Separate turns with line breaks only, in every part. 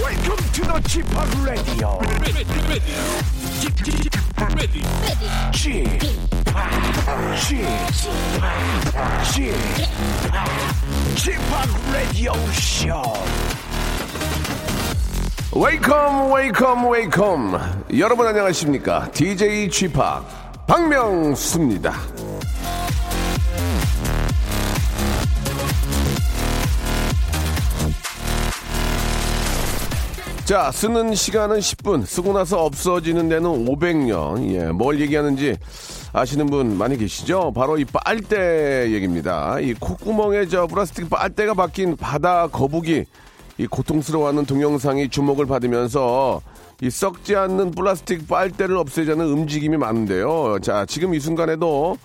Welcome to the g p o p Radio.
ready, ready, ready, ready.
g p o p g p o p g p o p Radio Show.
웨이컴 웨이컴 웨이컴 여러분 안녕하십니까 DJ g p o p 박명수입니다 자 쓰는 시간은 10분 쓰고 나서 없어지는 데는 500년 예, 뭘 얘기하는지 아시는 분 많이 계시죠 바로 이 빨대 얘기입니다 이 콧구멍에 저 플라스틱 빨대가 박힌 바다 거북이 이 고통스러워하는 동영상이 주목을 받으면서 이 썩지 않는 플라스틱 빨대를 없애자는 움직임이 많은데요. 자, 지금 이 순간에도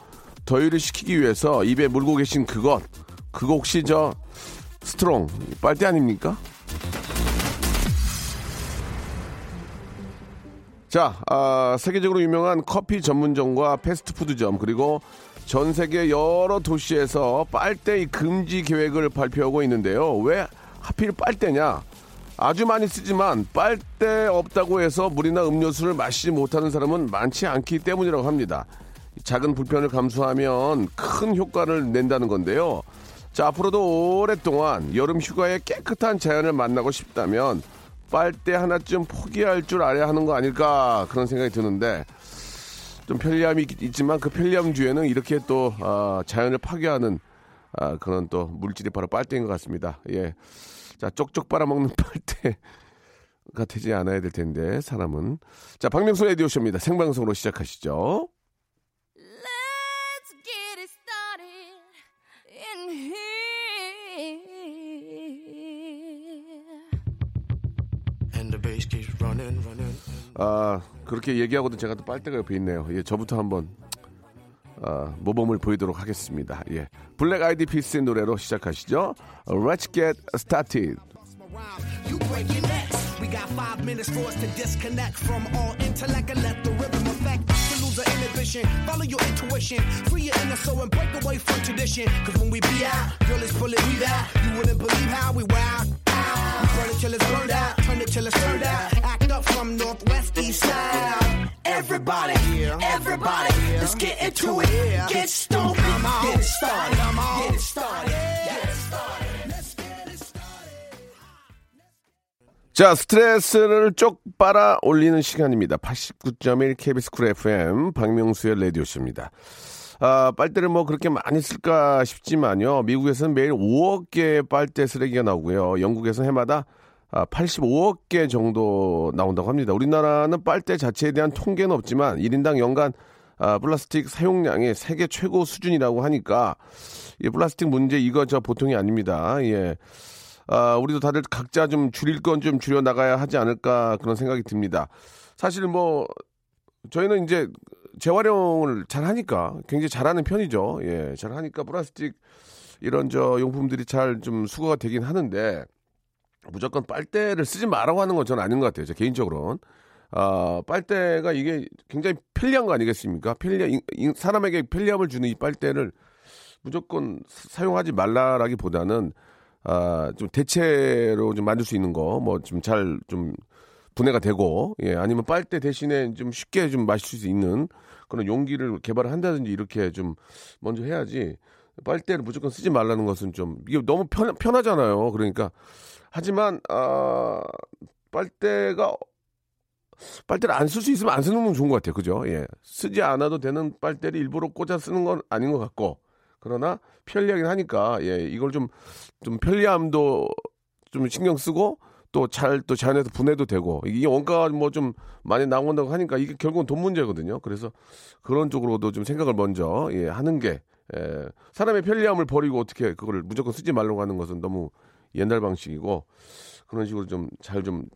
더위를 식히기 위해서 입에 물고 계신 그것, 그거 혹시 저 스트롱 빨대 아닙니까? 자, 아, 세계적으로 유명한 커피 전문점과 패스트푸드점 그리고 전 세계 여러 도시에서 빨대 금지 계획을 발표하고 있는데요. 왜 하필 빨대냐? 아주 많이 쓰지만 빨대 없다고 해서 물이나 음료수를 마시지 못하는 사람은 많지 않기 때문이라고 합니다. 작은 불편을 감수하면 큰 효과를 낸다는 건데요. 자, 앞으로도 오랫동안 여름 휴가에 깨끗한 자연을 만나고 싶다면 빨대 하나쯤 포기할 줄 알아야 하는 거 아닐까 그런 생각이 드는데 좀 편리함이 있- 있지만 그 편리함 뒤에는 이렇게 또 아, 자연을 파괴하는 아, 그런 또 물질이 바로 빨대인 것 같습니다. 예. 자, 쪽쪽 빨아먹는 빨대가 되지 않아야 될 텐데 사람은 자, 박명수 에디오쇼입니다. 생방송으로 시작하시죠.
Let's get it started in here.
And the bass keeps running, running.
아, 그렇게 얘기하고도 제가 또 빨대가 옆에 있네요. 예, 저부터 한번 아, 모범을 보이도록 하겠습니다. 예. 블랙 아이디 피스의 노래로 시작하시죠. Let's get started.
You break your necks. We got five minutes for us to disconnect from all intellect and let the rhythm affect. To lose the inhibition, follow your intuition, free your inner soul and break away from tradition. Cause when we be out, girl, it's pulling me out. You wouldn't believe how we wow. We burn it till it's burned out, turn it till it's turned out. Act up from northwest east side. Everybody, everybody, let's get into it. Get stoned, get it started, get it started, get it started. Let's get it started.
자, 스트레스를 쪽 빨아 올리는 시간입니다. 89.1 KBS 쿨 FM 박명수의 라디오쇼입니다. 아, 빨대를 뭐 그렇게 많이 쓸까 싶지만요. 미국에서는 매일 5억 개의 빨대 쓰레기가 나오고요. 영국에서 해마다 아, 85억 개 정도 나온다고 합니다. 우리나라는 빨대 자체에 대한 통계는 없지만 1인당 연간 아, 플라스틱 사용량이 세계 최고 수준이라고 하니까 이 플라스틱 문제 이거 저 보통이 아닙니다. 예. 아, 우리도 다들 각자 좀 줄일 건 좀 줄여 나가야 하지 않을까 그런 생각이 듭니다. 사실 뭐 저희는 이제 재활용을 잘 하니까 굉장히 잘하는 편이죠. 예, 잘 하니까 플라스틱 이런 저 용품들이 잘 좀 수거가 되긴 하는데 무조건 빨대를 쓰지 말라고 하는 건 저는 아닌 것 같아요. 제 개인적으로는. 아, 빨대가 이게 굉장히 편리한 거 아니겠습니까? 편리, 사람에게 편리함을 주는 이 빨대를 무조건 사- 사용하지 말라라기보다는 아, 좀 대체로 좀 만들 수 있는 거, 뭐 좀 잘 좀 분해가 되고, 예, 아니면 빨대 대신에 좀 쉽게 좀 마실 수 있는 그런 용기를 개발한다든지 이렇게 좀 먼저 해야지. 빨대를 무조건 쓰지 말라는 것은 좀 이게 너무 편, 편하잖아요. 그러니까 하지만 아, 빨대가 빨대를 안 쓸 수 있으면 안 쓰는 건 좋은 것 같아요. 그죠? 예. 쓰지 않아도 되는 빨대를 일부러 꽂아 쓰는 건 아닌 것 같고. 그러나 편리하긴 하니까 예, 이걸 좀 좀 편리함도 좀 신경 쓰고 또 잘 또 자연에서 분해도 되고 이게 원가 뭐 좀 많이 나온다고 하니까 이게 결국은 돈 문제거든요. 그래서 그런 쪽으로도 좀 생각을 먼저 예, 하는 게 예, 사람의 편리함을 버리고 어떻게 그거를 무조건 쓰지 말라고 하는 것은 너무 옛날 방식이고 그런 식으로 좀 잘 좀 돈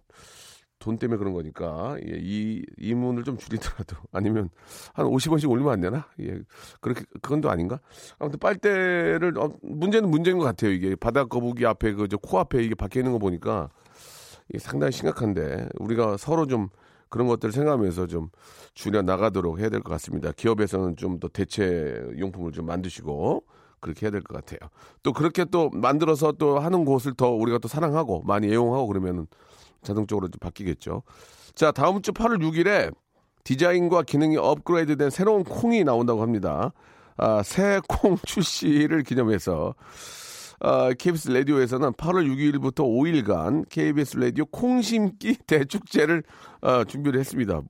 때문에 그런 거니까 예, 이 이문을 좀 줄이더라도 아니면 한 50원씩 올리면 안 되나? 예, 그렇게 그건 또 아닌가? 아무튼 빨대를 어, 문제는 문제인 것 같아요. 이게 바다 거북이 앞에 그 저코 앞에 이게 박혀 있는 거 보니까 이게 상당히 심각한데 우리가 서로 좀 그런 것들을 생각하면서 좀 줄여 나가도록 해야 될 것 같습니다. 기업에서는 좀 더 대체 용품을 좀 만드시고 그렇게 해야 될 것 같아요. 또 그렇게 또 만들어서 또 하는 곳을 더 우리가 또 사랑하고 많이 애용하고 그러면은 자동적으로 좀 바뀌겠죠. 자, 다음 주 8월 6일에 디자인과 기능이 업그레이드된 새로운 콩이 나온다고 합니다. 아, 새 콩 출시를 기념해서 아, KBS 라디오에서는 8월 6일부터 5일간 KBS 라디오 콩심기 대축제를 아, 준비를 했습니다.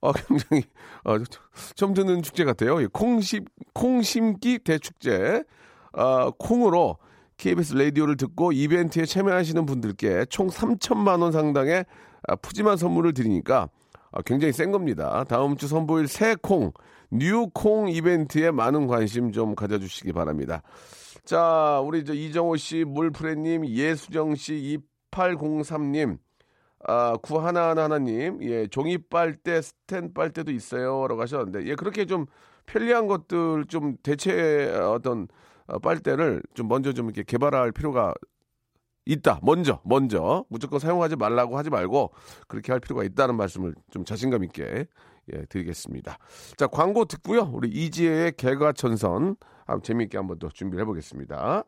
아, 굉장히 아, 저- 처음 듣는 축제 같아요. 예, 콩심 콩심기 대축제 아, 콩으로 KBS 라디오를 듣고 이벤트에 참여하시는 분들께 총 3천만 원 상당의 아, 푸짐한 선물을 드리니까 아, 굉장히 센 겁니다. 다음 주 선보일 새 콩, 뉴 콩 이벤트에 많은 관심 좀 가져주시기 바랍니다. 자, 우리 저 이정호 씨, 물프레님, 예수정 씨, 2803님, 아, 구하나하나님, 예, 종이빨대, 스탠빨대도 있어요. 라고 하셨는데, 예, 그렇게 좀 편리한 것들 좀 대체 어떤 어, 빨대를 좀 먼저 좀 이렇게 개발할 필요가 있다. 먼저, 먼저. 무조건 사용하지 말라고 하지 말고 그렇게 할 필요가 있다는 말씀을 좀 자신감 있게 예, 드리겠습니다. 자, 광고 듣고요. 우리 이지혜의 개과천선. 아, 재미있게 한번 더 준비를 해보겠습니다.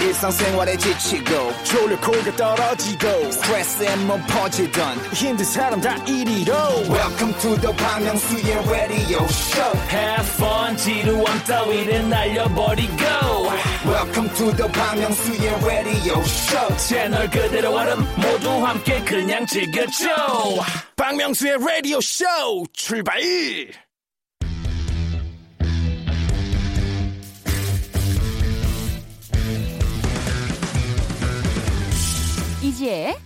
일상생활에 지치고, 졸려 코가 떨어지고, 스트레스에 몸 퍼지던, 힘든 사람 다 이리로. welcome to the Bang Myung-soo's radio show
Have fun 지루함 따위를 날려버리고
welcome to the Bang Myung-soo's radio show
채널 그대로 얼음 모두 함께 그냥 즐겨줘
박명수의 라디오 쇼 출발!
이지혜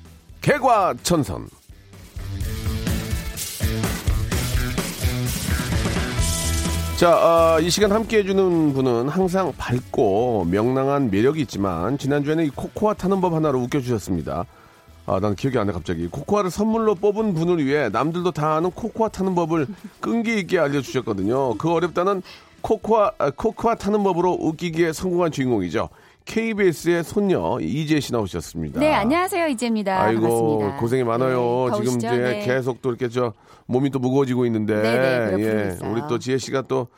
개과천선. 자, 아, 이 시간 함께 해주는 분은 항상 밝고 명랑한 매력이 있지만 지난주에는 이 코코아 타는 법 하나로 웃겨주셨습니다. 아, 난 기억이 안 나, 갑자기. 코코아를 선물로 뽑은 분을 위해 남들도 다 아는 코코아 타는 법을 끈기 있게 알려주셨거든요. 그 어렵다는 코코아, 아, 코코아 타는 법으로 웃기기에 성공한 주인공이죠. KBS의 손녀 이재 씨 나오셨습니다.
네 안녕하세요 이지혜입니다
아이고
반갑습니다.
고생이 많아요.
네,
지금
더우시죠?
이제
네.
계속 또 이렇게 저 몸이 또 무거워지고 있는데
네, 네,
예,
그렇군요.
우리 또 지혜 씨가 또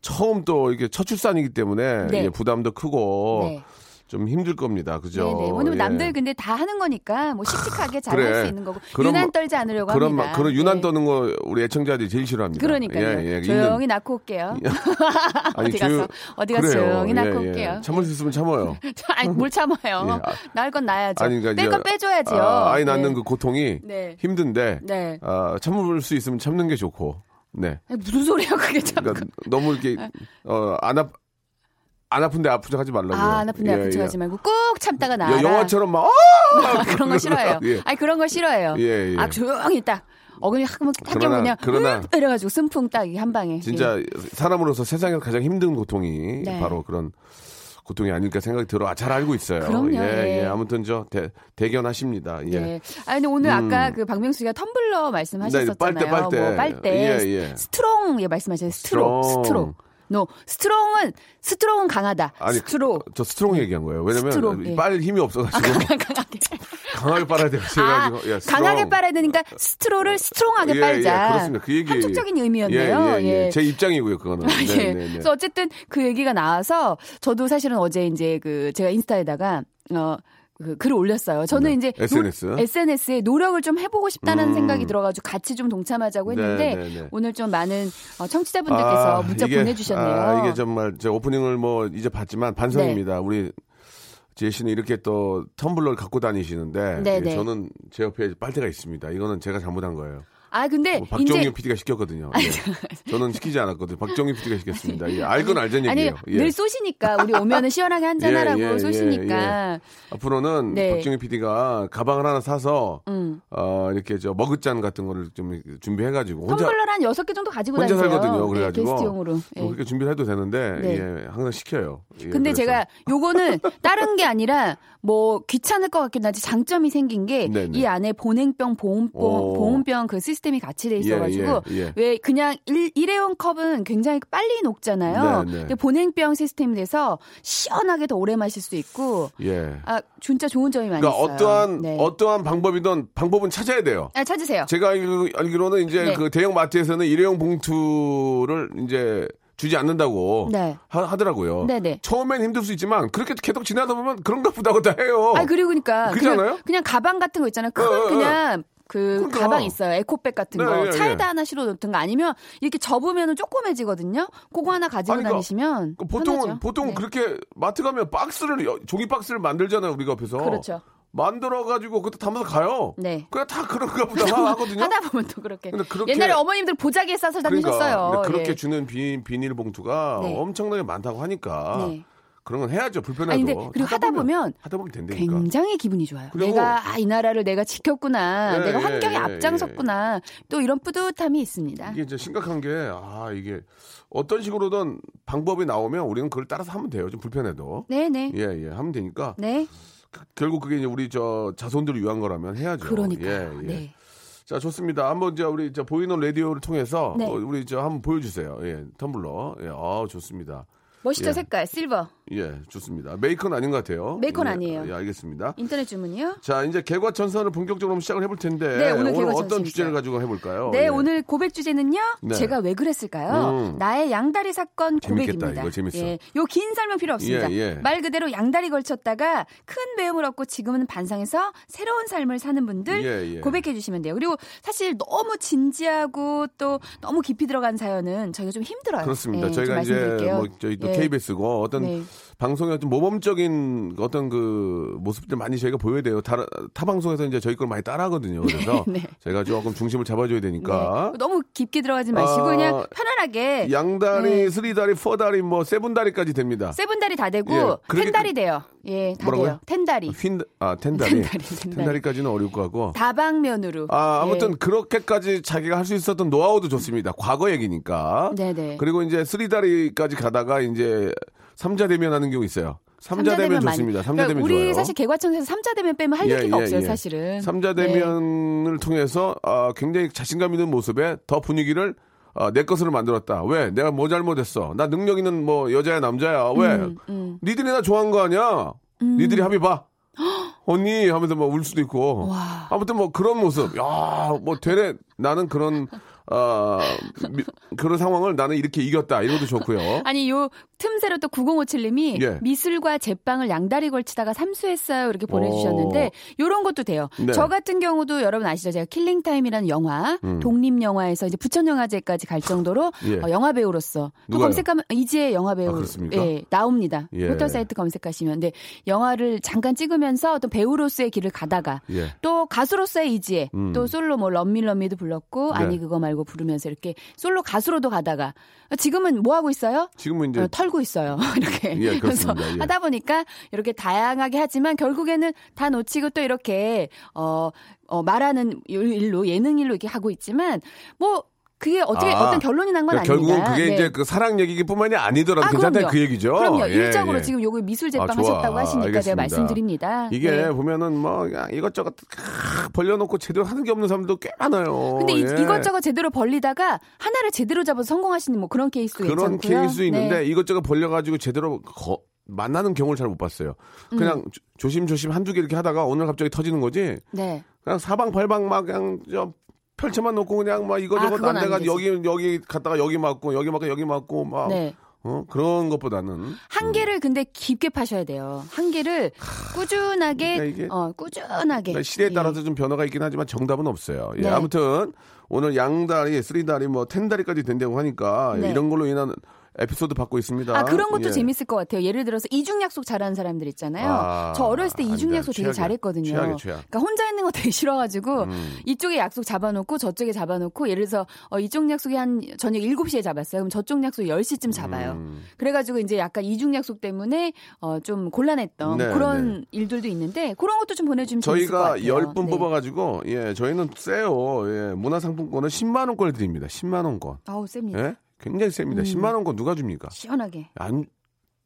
처음 또 이렇게 첫 출산이기 때문에
네.
예, 부담도 크고
네.
좀 힘들 겁니다. 그죠?
네네. 왜냐면
예.
남들 근데 다 하는 거니까 뭐 씩씩하게 잘 할
그래.
수 있는 거고
그런
유난
마-
떨지 않으려고
그런
합니다.
마- 그런 유난
네.
떠는 거 우리 애청자들이 제일 싫어합니다.
그러니까요.
예, 예.
조용히 낳고 올게요.
아니,
어디 가서
조용-
어디 가서
그래요.
조용히 낳고
예, 예.
올게요. 어,
참을 수 있으면 참아요.
아니 뭘 참아요.
예, 아-
낳을 건 낳아야죠.
아니 그러니까
뺄
이제-
건 빼줘야지요.
아, 아이
네.
낳는 그 고통이
네.
힘든데
네.
아, 참을 수 있으면 참는 게 좋고. 네.
아니, 무슨 소리야 그게 참.
그러니까 너무 이렇게 어안 아안 아픈데 아픈 척 하지 말라고. 예,
아, 안 아픈데 아픈 척하지 말고 꾹 참다가 나아.
영화처럼 막 어!
그런 거 싫어해요.
예.
아니 그런 거 싫어해요.
예, 예.
아 조용히 딱 어금니 한번
그러나-
그냥
그러나-
음, 이래가지고 승풍 딱한 방에.
진짜 사람으로서 세상에서 가장 힘든 고통이
네.
바로 그런 고통이 아닐까 생각이 들어. 아, 잘 알고 있어요.
그럼요,
예,
예.
예. 아무튼 저 대, 대견하십니다. 예. 음.
예. 네. 아 근데 오늘 아까 그 박명수 씨가 텀블러 말씀하셨었잖아요.
네, 빨대, 빨대.
뭐 빨대,
예, 예.
스트롱 예 말씀하셨어요. 스트롱,
스트롱.
스트롱. 노 스트롱은 스트롱은 강하다.
아니,
스트롱.
저 스트롱 얘기한 거예요. 왜냐면
네. 스트롱, 예.
빨 힘이 없어가지고
강하게.
강하게 빨아야 돼요.
아,
그래가지고, 예, 스트롱.
강하게 빨아야 되니까 스트로를 스트롱하게
예,
빨자.
예, 그렇습니다. 그 얘기.
함축적인 의미였네요.
예, 예, 예. 제 입장이고요, 그거는. 네,
예.
네, 네.
그래서 어쨌든 그 얘기가 나와서 저도 사실은 어제 이제 그 제가 인스타에다가 어. 그 글을 올렸어요. 저는
네.
이제
SNS?
SNS에 노력을 좀 해보고 싶다는
음.
생각이 들어가지고 같이 좀 동참하자고
네,
했는데
네, 네.
오늘 좀 많은 어, 청취자분들께서
아,
문자
이게-
보내주셨네요.
아, 이게 정말 제 오프닝을 뭐 이제 봤지만
네.
반성입니다. 우리 지혜 씨는 이렇게 또 텀블러를 갖고 다니시는데
네,
예,
네.
저는 제 옆에 빨대가 있습니다. 이거는 제가 잘못한 거예요.
아, 근데
뭐 박정희
이제
PD가 시켰거든요. 예. 저는 시키지 않았거든요. 박정희 PD가 시켰습니다. 예, 알건 알던
아니
얘기예요. 예.
늘 쏘시니까 우리 오면은 시원하게
예,
한잔하라고
예, 예,
쏘시니까
앞으로는
네.
박정희 PD가 가방을 하나 사서
음.
어, 이렇게 저 머그잔 같은 거를 좀 준비해가지고 혼자
텀블러 한 여섯 개 정도 가지고
혼자
다니세요.
살거든요.
네,
그래가지고
게스트용으로. 예.
뭐 그렇게 준비를 해도 되는데
네.
예, 항상 시켜요. 예,
근데
그래서.
제가 요거는 다른 게 아니라 뭐 귀찮을 것 같긴 한데 장점이 생긴 게
네네.
이 안에 보냉병, 보온병,
오.
보온병 그 시스템이 같이 돼 있어가지고
예, 예, 예.
왜 그냥 일, 일회용 컵은 굉장히 빨리 녹잖아요.
네네.
근데 보냉병 시스템이 돼서 시원하게 더 오래 마실 수 있고
예.
아 진짜 좋은 점이 많이
그러니까
있어요.
어떠한
네.
어떠한 방법이든 방법은 찾아야 돼요.
아, 찾으세요.
제가 알기로, 는 이제
네.
그 대형 마트에서는 일회용 봉투를 이제 주지 않는다고
네.
하, 더라고요
네네.
처음엔 힘들 수 있지만 그렇게 계속 지나다 보면 그런가 보다고 다 해요.
아니 그리고 그러니까
그렇지
그냥,
않아요?
그냥 가방 같은 거 있잖아요. 큰
어, 어, 어.
그냥 그
그러니까.
가방 있어요. 에코백 같은
네,
거
예, 예.
차에다 하나 실어 놓든가 아니면 이렇게 접으면은 조그매지거든요. 그거 하나 가지고
아니, 그러니까
다니시면
그 보통은
편하죠.
보통
네.
그렇게 마트 가면 박스를 여- 종이 박스를 만들잖아요 우리가 옆에서.
그렇죠.
만들어 가지고 그것도 담아서 가요.
네.
그냥 다 그런가 보다 하거든요.
하다 보면 또 그렇게.
근데 그렇게- 그러니까.
옛날에 어머님들 보자기에 싸서 다니셨어요.
근데 그렇게
예.
주는 비, 비닐봉투가
네.
엄청나게 많다고 하니까
네.
그런 건 해야죠 불편해도.
아니, 근데 그리고 하다 보면
하다 보면 된다니까.
굉장히 기분이 좋아요.
그러니까. 그리고-
내가 아, 이 나라를 내가 지켰구나.
예,
내가
예,
환경에
예,
앞장섰구나. 또 이런 뿌듯함이 있습니다.
이게 이제 심각한 게 아 이게 어떤 식으로든 방법이 나오면 우리는 그걸 따라서 하면 돼요. 좀 불편해도.
네, 네.
예예 하면 되니까
네.
그- 결국 그게 이제 우리 저 자손들을 위한 거라면 해야죠.
그러니까.
예,
요
예.
네.
자 좋습니다. 한번 이제 우리 저 보이는 라디오를 통해서
네.
어, 우리 저 한번 보여주세요. 예 텀블러. 예, 아 좋습니다.
멋있죠,
예.
색깔. 실버.
예 좋습니다. 메이커는 아닌 것 같아요.
메이커는
예,
아니에요.
예 알겠습니다.
인터넷 주문이요?
자 이제 개과천선을 본격적으로 한번 시작을 해볼 텐데
네, 오늘 개과천선
어떤 주제를
있어요.
가지고 해볼까요?
네,
예.
오늘 고백 주제는요.
네.
제가 왜 그랬을까요?
음.
나의 양다리 사건
재밌겠다,
고백입니다.
이거 재밌어.
예, 요 긴 설명 필요 없습니다.
예, 예.
말 그대로 양다리 걸쳤다가 큰 배움을 얻고 지금은 반상에서 새로운 삶을 사는 분들
예, 예.
고백해 주시면 돼요. 그리고 사실 너무 진지하고 또 너무 깊이 들어간 사연은 저희가 좀 힘들어요.
그렇습니다.
예, 좀
저희가 이제
말씀드릴게요.
뭐 저희 또
예.
KBS고 어떤
네.
방송의 어떤 모범적인 어떤 그 모습들 많이 저희가 보여야 돼요. 다, 타 방송에서 이제 저희 걸 많이 따라하거든요. 그래서
네.
저희가 조금 중심을 잡아줘야 되니까.
네. 너무 깊게 들어가지 마시고
아,
그냥 편안하게
양다리,
네.
쓰리다리, 포다리, 뭐 세분다리까지 됩니다.
세분 다리 다 되고
예, 그렇게
텐 다리 돼요. 예, 다
뭐라고요?
돼요. 텐 다리.
휜, 아 텐다리,
텐다리, 텐다리. 네.
텐다리까지는 어려울 것 같고.
다방면으로.
아 아무튼
예.
그렇게까지 자기가 할 수 있었던 노하우도 좋습니다. 과거 얘기니까.
네네.
어? 그리고 이제 쓰리다리까지 가다가 이제 삼자 대면 하는 경우 있어요. 삼자 대면
많이-
좋습니다. 삼자
그러니까
대면
우리
좋아요.
사실 개과천에서 삼자 대면 빼면 할
예,
얘기가
예,
없어요,
예.
사실은.
삼자
네.
대면을 통해서 아, 굉장히 자신감 있는 모습에 더 분위기를 아, 내 것으로 만들었다. 왜? 내가 뭐 잘못했어? 나 능력 있는 뭐 여자야 남자야.
음,
왜? 니들이 나 좋아한 거 아니야? 니들이 합의 봐. 언니 하면서 막 울 수도 있고.
어? 와.
아무튼 뭐 그런 모습. 야, 뭐 되네. 나는 그런 아, 미- 그런 상황을 나는 이렇게 이겼다. 이런 것도 좋고요.
아니 요 틈새로 또 9057님이
예.
미술과 제빵을 양다리 걸치다가 삼수했어요 이렇게 보내주셨는데 요런 것도 돼요.
네.
저 같은 경우도 여러분 아시죠? 제가 킬링 타임이라는 영화 독립 영화에서 이제 부천 영화제까지 갈 정도로
음. 예.
어, 영화 배우로서 또
누가요?
검색하면 이제 영화 배우
아, 그렇습니까?
예, 나옵니다.
예.
포털 사이트 검색하시면 근데 영화를 잠깐 찍으면서 어떤 배우로서의 길을 가다가
예.
또 가수로서의 이지혜,
음.
또 솔로 뭐 럼밀럼미도 불렀고
네.
아니 그거 말고 부르면서 이렇게 솔로 가수로도 가다가 지금은 뭐 하고 있어요?
지금은 이제
어, 털고 있어요. 이렇게.
예,
그래서
그렇습니다. 예.
하다 보니까 이렇게 다양하게 하지만 결국에는 다 놓치고 또 이렇게 어, 어 말하는 일로 예능일로 이렇게 하고 있지만 뭐 그게 어떻게
아,
어떤 결론이 난 건
그러니까
아닙니다.
결국은 그게
네.
이제 그 사랑 얘기뿐만이 아니더라도
아,
괜찮다
그럼요.
그 얘기죠.
그럼요.
예,
일적으로
예.
지금 요거 미술 제빵
아, 좋아.
하셨다고 하시니까
알겠습니다.
제가 말씀드립니다.
이게
네.
보면은 뭐 그냥 이것저것 캬 벌려놓고 제대로 하는 게 없는 사람도 꽤 많아요.
근데 이,
예.
이것저것 제대로 벌리다가 하나를 제대로 잡아서 성공하시는 뭐 그런 케이스도
그런
괜찮고요.
케이스 있는데
네.
이것저것 벌려가지고 제대로 거- 만나는 경우를 잘 못 봤어요. 그냥
음.
조- 조심조심 한두 개 이렇게 하다가 오늘 갑자기 터지는 거지.
네.
그냥 사방팔방 막 그냥 좀 펼쳐만 놓고 그냥 막
아,
이것저것
그건
안 돼가
안 되지.
여기 여기 갔다가 여기 맞고 여기 맞고 여기 맞고 막
네.
어? 그런 것보다는
한계를 근데 깊게 파셔야 돼요. 한계를 꾸준하게
그러니까 이게-
어 꾸준하게
그러니까 시대에
예.
따라서 좀 변화가 있긴 하지만 정답은 없어요. 예,
네.
아무튼 오늘 양다리, 쓰리다리, 뭐 텐다리까지 된다고 하니까
네.
이런 걸로 인한 에피소드 받고 있습니다.
아 그런 것도
예.
재밌을 것 같아요. 예를 들어서 이중 약속 잘하는 사람들 있잖아요.
아,
저 어렸을 때 이중
아니다.
약속 되게
최악이야.
잘했거든요.
최악이야, 음. 최악.
그러니까 혼자 있는 거 되게 싫어가지고 이쪽에 약속 잡아놓고 저쪽에 잡아놓고 예를 들어서 어, 이쪽 약속이 한 저녁 7시에 잡았어요. 그럼 저쪽 약속 10시쯤 잡아요.
음.
그래가지고 이제 약간 이중 약속 때문에 어, 좀 곤란했던
네,
그런 일들도 있는데 그런 것도 좀 보내주면 재밌을 것
저희가
같아요.
열 분
네.
뽑아가지고 예 저희는 세요. 예 문화상품권은 10만 원권 드립니다. 10만 원권.
아우 셉니다.
예 굉장히
음.
셉니다. 10만 원권 누가 줍니까?
시원하게.
안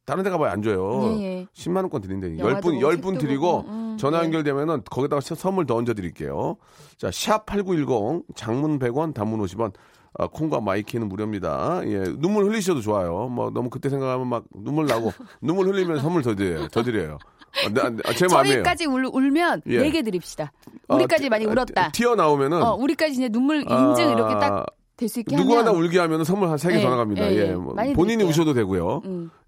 다른 데 가봐야 안 줘요.
예, 예.
10만 원권 드린다니
영화도
10분
보고
10분
책도
드리고
보고, 음,
전화
네.
연결되면은 거기다가 시- 선물 더 얹어 드릴게요. 자, 샵8910 장문 100원 단문 50원 아, 콩과 마이키는 무료입니다. 예, 눈물 흘리셔도 좋아요. 뭐 너무 그때 생각하면 막 눈물 나고 눈물 흘리면 선물 더 드려요. 더 드려요. 아, 나- 아, 제 마음이에요.
저희까지 울, 울면
예.
네 개 드립니다.
아,
우리까지
티-
많이
아,
울었다.
튀어나오면은 아,
어, 우리까지 이제 눈물 인증 이렇게 딱 될 수 있게
누구
하면
하나 울게 하면 선물 한 세 개
네,
더 나갑니다.
네,
예,
네.
뭐
많이
본인이
드릴게요. 음. 네,
우셔도 되고요.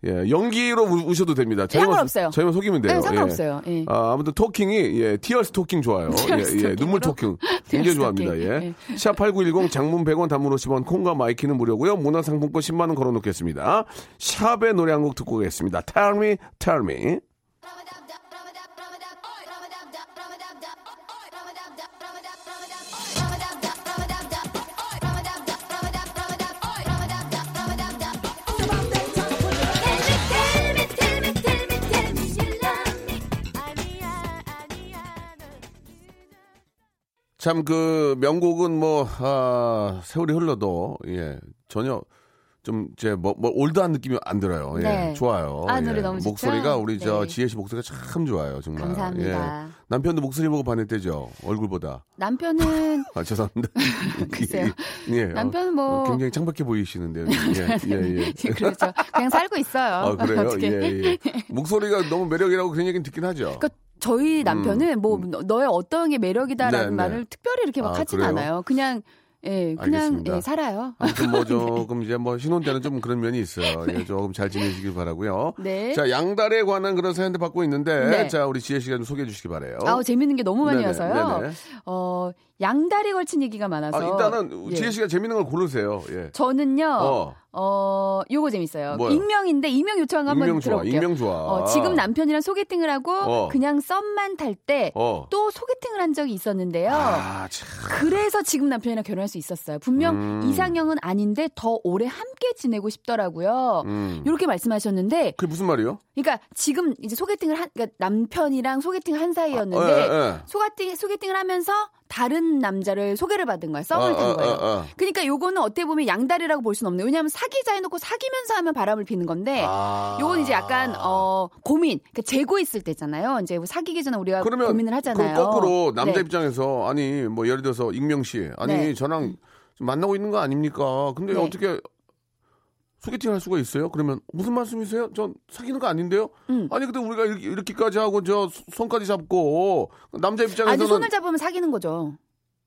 예, 연기로 우, 우셔도 됩니다.
상관없어요.
저희만 속이면 돼요.
네, 상관없어요. 예.
아, 아무튼 토킹이 예, 티얼스 토킹 좋아요.
티얼스
예, 예, 눈물 토킹
토킹으로?
굉장히
티얼스
좋아합니다.
토킹.
예. 샵8910 장문 100원 단문 50원 콩과 마이키는 무료고요. 문화상품권 10만 원 걸어 놓겠습니다. 샵의 노래 한 곡 듣고 오겠습니다. Tell me, tell me. 참 그 명곡은 뭐 아, 세월이 흘러도 예, 전혀 좀 이제 뭐, 뭐 올드한 느낌이 안 들어요. 예,
네.
좋아요.
아,
예.
노래 너무 좋죠?
목소리가 우리 저
네.
지혜 씨 목소리가 참 좋아요. 정말.
감사합니다.
예. 남편도 목소리 보고 반했대죠. 얼굴보다.
남편은
아, 죄송합니다.
글쎄요.
예. 어,
남편은 뭐-
어, 굉장히 창밖에 보이시는데요. 예, 예, 예.
그렇죠. 그냥 살고 있어요.
아, 그래요?
어떻게.
예, 예. 목소리가 너무 매력이라고 그런 얘기는 듣긴 하죠.
그러니까 저희 남편은 뭐 너의 어떤 게
네,
매력이다라는
음, 네.
말을 특별히 이렇게 막
아,
하진
그래요?
않아요. 그냥 예, 그냥
알겠습니다.
예, 살아요.
아무튼 뭐 조금 이제 뭐 신혼 때는 좀 그런 면이 있어요. 예, 조금 잘 지내시길 바라고요.
네.
자 양달에 관한 그런 사연도 받고 있는데
네.
자 우리 지혜 씨가 좀 소개해 주시기 바래요.
아우 재밌는 게 너무 많이
어? 네네,
와서요.
네네.
어 양다리 걸친 얘기가 많아서.
아, 일단은
예.
지혜 씨가 재밌는 걸 고르세요. 예.
저는요.
어.
어. 요거 재밌어요.
뭐요?
익명인데 익명 요청 한번
익명 좋아,
들어볼게요.
익명 좋아.
어, 지금 남편이랑 소개팅을 하고
어.
그냥 썸만 탈 때 또
어.
소개팅을 한 적이 있었는데요.
아, 참.
그래서 지금 남편이랑 결혼할 수 있었어요. 분명
음.
이상형은 아닌데 더 오래 함께 지내고 싶더라고요.
음.
이렇게 말씀하셨는데,
그게 무슨 말이요?
그러니까 지금 이제 소개팅을 한, 그러니까 남편이랑 소개팅을 한 사이였는데,
어, 예,
소개팅, 소개팅을 하면서 다른 남자를 소개를 받은 거예요.
어, 아,
썸을 탄 거예요. 그러니까 요거는 어떻게 보면 양다리라고 볼 수는 없네요. 왜냐하면 사귀자 해놓고 사귀면서 하면 바람을 피는 건데,
아.
요건 이제 약간 어 고민, 그러니까 재고 있을 때잖아요. 이제 뭐 사귀기 전에 우리가
그러면
고민을 하잖아요.
그럼 거꾸로 남자
네.
입장에서 아니 뭐 예를 들어서 익명 씨 아니
네.
저랑 지금 만나고 있는 거 아닙니까? 근데
네.
어떻게 소개팅 할 수가 있어요? 그러면 무슨 말씀이세요? 전 사귀는 거 아닌데요?
음.
아니 근데 우리가 이렇게- 이렇게까지 하고 저 손까지 잡고 남자
아주
입장에서는
손을 잡으면 사귀는 거죠.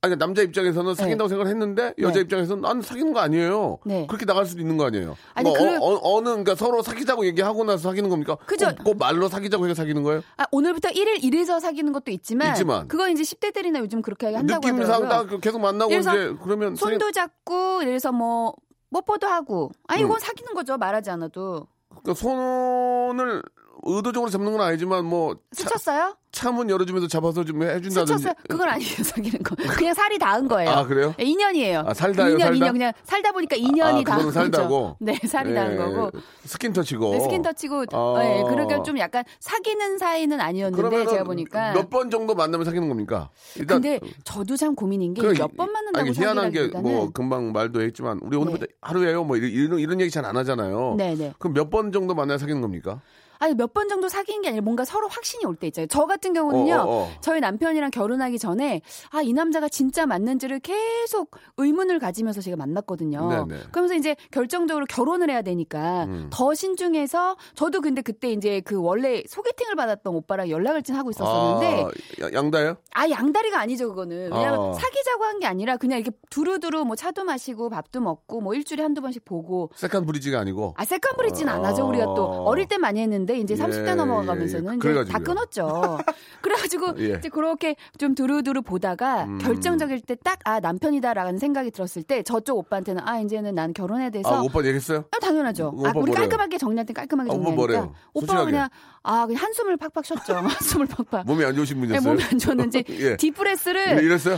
아니 남자 입장에서는 사귄다고 생각을 했는데 여자
네.
입장에서는 난 사귀는 거 아니에요.
네.
그렇게 나갈 수도 있는 거 아니에요.
아니,
뭐
그-
어, 어, 느 그러니까 서로 사귀자고 얘기하고 나서 사귀는 겁니까?
그죠.
꼭, 꼭 말로 사귀자고 해서 사귀는 거예요?
아, 오늘부터 1일 1에서 사귀는 것도 있지만,
있지만.
그거 이제 10대들이나 요즘 그렇게 한다고
느낌상
하더라고요.
딱 계속 만나고
예를 들어서
이제 그러면 사귀-
손도 잡고 이래서 뭐 뽀뽀도 하고. 아,
음.
이건 사귀는 거죠. 말하지 않아도.
그러니까 손을 의도적으로 잡는 건 아니지만 뭐 차,
스쳤어요?
참은 열어주면서 잡아서 좀 해준다든지
스쳤어요? 그건 아니에요. 사귀는 거. 그냥 살이 닿은 거예요.
아, 그래요?
예, 인연이에요.
아, 살다요,
2년,
살다?
2년 그냥 살다 보니까 인연이
아,
닿은
그거는
거죠.
살다고? 예. 어.
네, 살이 닿은 거고.
스킨 터치고
네, 스킨 터치고
아.
예, 그러니까 좀 약간 사귀는 사이는 아니었는데
그러면
제가 보니까
몇 번 정도 만나면 사귀는 겁니까? 일단
근데 저도 참 고민인 게
그
몇 번 만난다고
아니, 희한한 게 뭐
사귀라기보다는 네.
금방 말도 했지만 우리 오늘부터 하루에요 뭐 이런- 이런 이런 얘기 잘 안 하잖아요.
네네.
그럼 몇 번 정도 만나야 사귀는 겁니까?
아니 몇 번 정도 사귄 게 아니라 뭔가 서로 확신이 올 때 있잖아요. 저 같은 경우는요.
어, 어, 어.
저희 남편이랑 결혼하기 전에 아 이 남자가 진짜 맞는지를 계속 의문을 가지면서 제가 만났거든요.
네네. 음.
그러면서 이제 결정적으로 결혼을 해야 되니까 더 신중해서 저도 근데 그때 이제 그 원래 소개팅을 받았던 오빠랑 연락을 좀 하고 있었었는데
아, 야- 양다요?
아 양다리가 아니죠 그거는 왜냐면
어.
사귀자고 한 게 아니라 그냥 이렇게 두루두루 뭐 차도 마시고 밥도 먹고 뭐 일주일에 한두 번씩 보고
세컨 브리지가 아니고
아 세컨 브릿지는 안 하죠
어.
우리가 또 어릴 때 많이 했는데 이제
예,
30대
예,
넘어가면서는
예.
이제 다
그래가지고요.
끊었죠 그래가지고
예. 음.
이제 그렇게 좀 두루두루 보다가 결정적일 때 딱 아 남편이다라는 생각이 들었을 때 저쪽 오빠한테는 아 이제는 난 결혼에 대해서
아 오빠 얘기했어요?
아, 당연하죠.
오빠
아, 우리
뭐래요?
깔끔하게 정리할 땐 깔끔하게
아, 오빠
정리하니까
뭐래요?
오빠가
솔직하게.
그냥 아 그냥 한숨을 팍팍 쉬었죠. 한숨을 팍팍.
몸이 안 좋으신
네,
분이었어요?
몸이 안 좋았는지
예.
딥브레스를
이랬어요?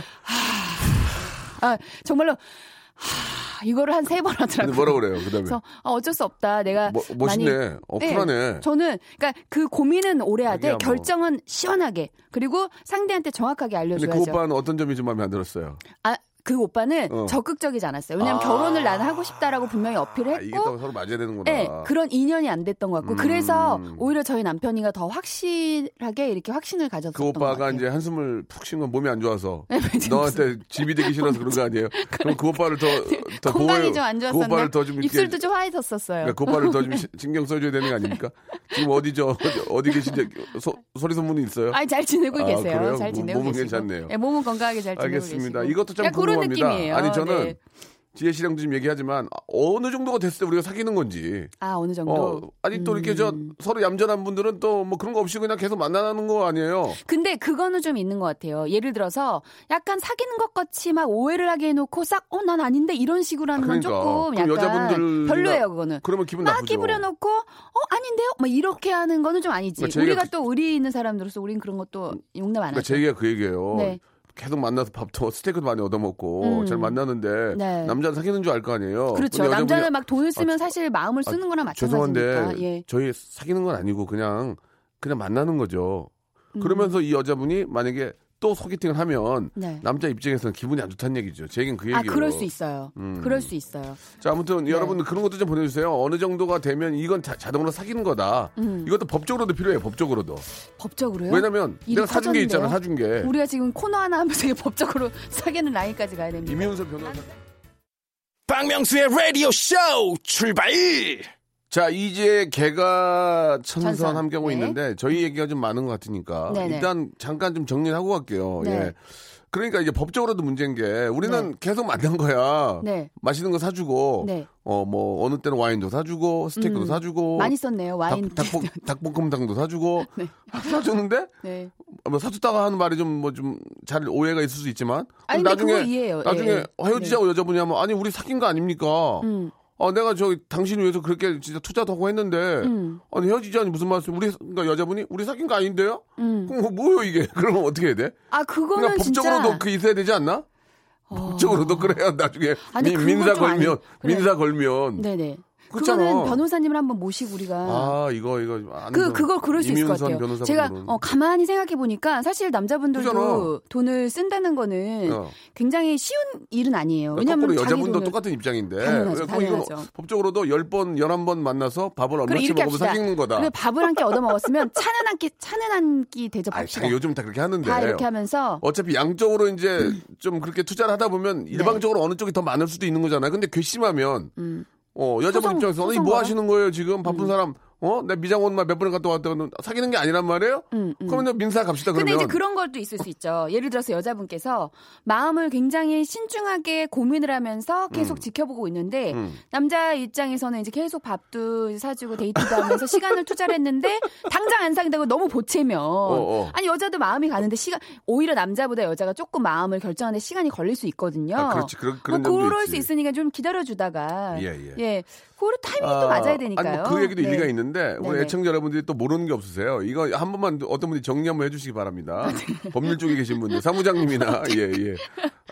아, 정말로 하, 이거를 한 세 번
근데
하더라고요.
뭐라 그래요? 그다음에
그래서 아, 어쩔 수 없다. 내가
뭐, 멋있네.
많이
어, 쿨하네.
저는 그러니까 그 고민은 오래 하되
자기야, 뭐.
결정은 시원하게 그리고 상대한테 정확하게
근데
알려줘야죠.
그 오빠는 어떤 점이 좀 마음에 안 들었어요?
아, 그 오빠는
어.
적극적이지 않았어요. 왜냐하면 결혼을 난 하고 싶다라고 분명히 어필을
아, 이게 또
했고
서로 맞아야 되는구나. 음.
네, 그런 인연이 안 됐던 것 같고 그래서 오히려 저희 남편이가 더 확실하게 이렇게 확신을 가졌던
그
것
오빠가
같아요.
이제 한숨을 푹 쉰 건 몸이 안 좋아서
네, 맞아요.
너한테 집이 되기 싫어서 그런 거 아니에요? 그럼 그 오빠를 더더
건강이 좀 안
그 오빠를
좋았었나?
더좀
입술도 좀 화해졌었어요.
그러니까 그 오빠를 더 좀 신경 써줘야 되는 거 아닙니까? 지금 어디죠? 어디, 어디 계신지 소, 소리 소문이 있어요?
아니 잘 지내고
아,
계세요.
그래요?
잘 지내고
몸은
계시고.
괜찮네요.
예, 몸은 건강하게 잘 지내고
알겠습니다.
계시고.
이것도 참
그냥 그런
궁금합니다.
느낌이에요.
아니 저는
네.
지혜 씨랑도 지금 얘기하지만 어느 정도가 됐을 때 우리가 사귀는 건지.
아 어느 정도.
어, 아니 또 이렇게 저
음.
서로 얌전한 분들은 또 뭐 그런 거 없이 그냥 계속 만나는 거 아니에요?
근데 그거는 좀 있는 것 같아요. 예를 들어서 약간 사귀는 것 같이 막 오해를 하게 해놓고 싹 어 난 아닌데 이런 식으로 하는
그러니까.
건 조금
그럼
약간
여자분들이나-
별로예요 그거는.
그러면 기분
막
나쁘죠.
끼부려놓고 어 아닌데요? 막 이렇게 하는 거는 좀 아니지.
그러니까 저희가
우리가
그-
또 의리 있는 사람들로서 우린 그런 것도 용납 안
그러니까
하죠.
제 얘기가 그 얘기예요.
네.
계속 만나서 밥도 스테이크도 많이 얻어먹고
음.
잘 만나는데
네.
남자는 사귀는 줄 알 거 아니에요.
그렇죠.
근데 여자분이-
남자는 막 돈을 쓰면
아,
사실 마음을
아,
쓰는 거랑 마찬가지니까.
죄송한데
예.
저희 사귀는 건 아니고 그냥 그냥 만나는 거죠.
음.
그러면서 이 여자분이 만약에 또 소개팅을 하면
네.
남자 입장에서는 기분이 안 좋다는 얘기죠. 제 얘기는 그 음.
아
얘기예요.
그럴 수 있어요. 네. 그럴 수 있어요.
자, 아무튼 여러분 그런 것도 좀 보내주세요. 어느 정도가 되면 이건 자, 자동으로 사귀는 거다.
음.
이것도 법적으로도 필요해요. 법적으로도.
법적으로요?
왜냐면
일이
내가 사준 게
커졌는데요?
있잖아. 사준 게.
우리가 지금 코너 하나 하면서 이게 법적으로 사귀는 라인까지 가야 됩니다.
이민석 변호사.
박명수의 라디오 쇼 출발!
자, 이제 개가 천선,
천선.
함께하고
네.
있는데 저희 얘기가 좀 많은 것 같으니까
네네.
일단 잠깐 좀 정리를 하고 갈게요.
네.
예. 그러니까 이제 법적으로도 문제인 게 우리는
네.
계속 만난 거야.
네.
맛있는 거 사주고
네.
어 뭐 어느 때는 와인도 사주고 스테이크도
음,
사주고
많이 썼네요. 와인.
뭐 닭, 닭볶, 닭볶음탕도 사주고 사주는데
네.
뭐 사줬다가 하는 말이 좀 뭐 좀 잘 오해가 있을 수 있지만
아니, 근데
나중에
그거 이해해요.
나중에
예.
헤어지자고 여자분이 하면 아니 우리 사귄 거 아닙니까?
음.
아 내가 저 당신 위해서 그렇게 진짜 투자도 하고 했는데
음.
아니 헤어지자니 무슨 말씀? 우리 그러니까 여자분이 우리 사귄 거 아닌데요?
음.
그럼 뭐 뭐요 이게? 그러면 어떻게 해야 돼?
아 그거는
그러니까
진짜. 어.
법적으로도 그 있어야 되지 않나? 법적으로도 그래야 나중에
아니,
민-
그건
민사
좀 아니-
걸면
그래.
민사 걸면
네네.
그렇잖아.
그거는 변호사님을 한번 모시고 우리가.
아 이거 이거 안
그
그럼
그걸 그럴 수 있을 것
이민선
같아요.
변호사분들은.
제가 어, 가만히 생각해 보니까 사실 남자분들도
그잖아.
돈을 쓴다는 거는
어.
굉장히 쉬운 일은 아니에요.
그러니까
왜냐하면
거꾸로
자기
여자분도
돈을-
똑같은 입장인데
당연하죠,
그럼 이건
당연하죠.
법적으로도 10번, 11번 만나서 밥을
그래
얼마씩
이렇게
먹으면
합시다.
사귀는 거다.
그래 밥을 한 끼 얻어 먹었으면 차는 한 끼 차는 한 끼
아이,
대접합시다.
자기 요즘 다 그렇게 하는데.
다 이렇게 하면서
어차피 양적으로 이제 좀 그렇게 투자를 하다
네.
보면 일방적으로 어느 쪽이 더 많을 수도 있는 거잖아요. 근데 괘씸하면
음,
어, 여자분
소송- 음.
입장에서 아니
소송
뭐
걸어?
하시는 거예요 지금 바쁜 사람 어? 내 미장 온말 몇 번을 갔다 왔다 그러면 사귀는 게 아니란 말이에요? 그러면 이제 민사 갑시다
음, 근데
그러면.
이제 그런 것도 있을 수 있죠. 예를 들어서 여자분께서 마음을 굉장히 신중하게 고민을 하면서
음.
계속 지켜보고 있는데 남자 입장에서는 이제 계속 밥도 사주고 데이트도 하면서 시간을 투자를 했는데 당장 안 사귄다고 너무 보채면
어.
아니 여자도 마음이 가는데 시간 오히려 남자보다 여자가 조금 마음을 결정하는데 시간이 걸릴 수 있거든요.
아, 그렇지. 그런- 그런
뭐
점도
그럴
있지.
수 있으니까 좀 기다려주다가
예, 예.
그 타이밍도
아,
맞아야 되니까요.
아니, 뭐그 얘기도
네.
일리가 있는데 우리
네네.
애청자 여러분들이 또 모르는 게 없으세요. 이거 한 번만 어떤 분이 정리 한번 해주시기 바랍니다.
네.
법률 쪽에 계신 분들 사무장님이나 예 예.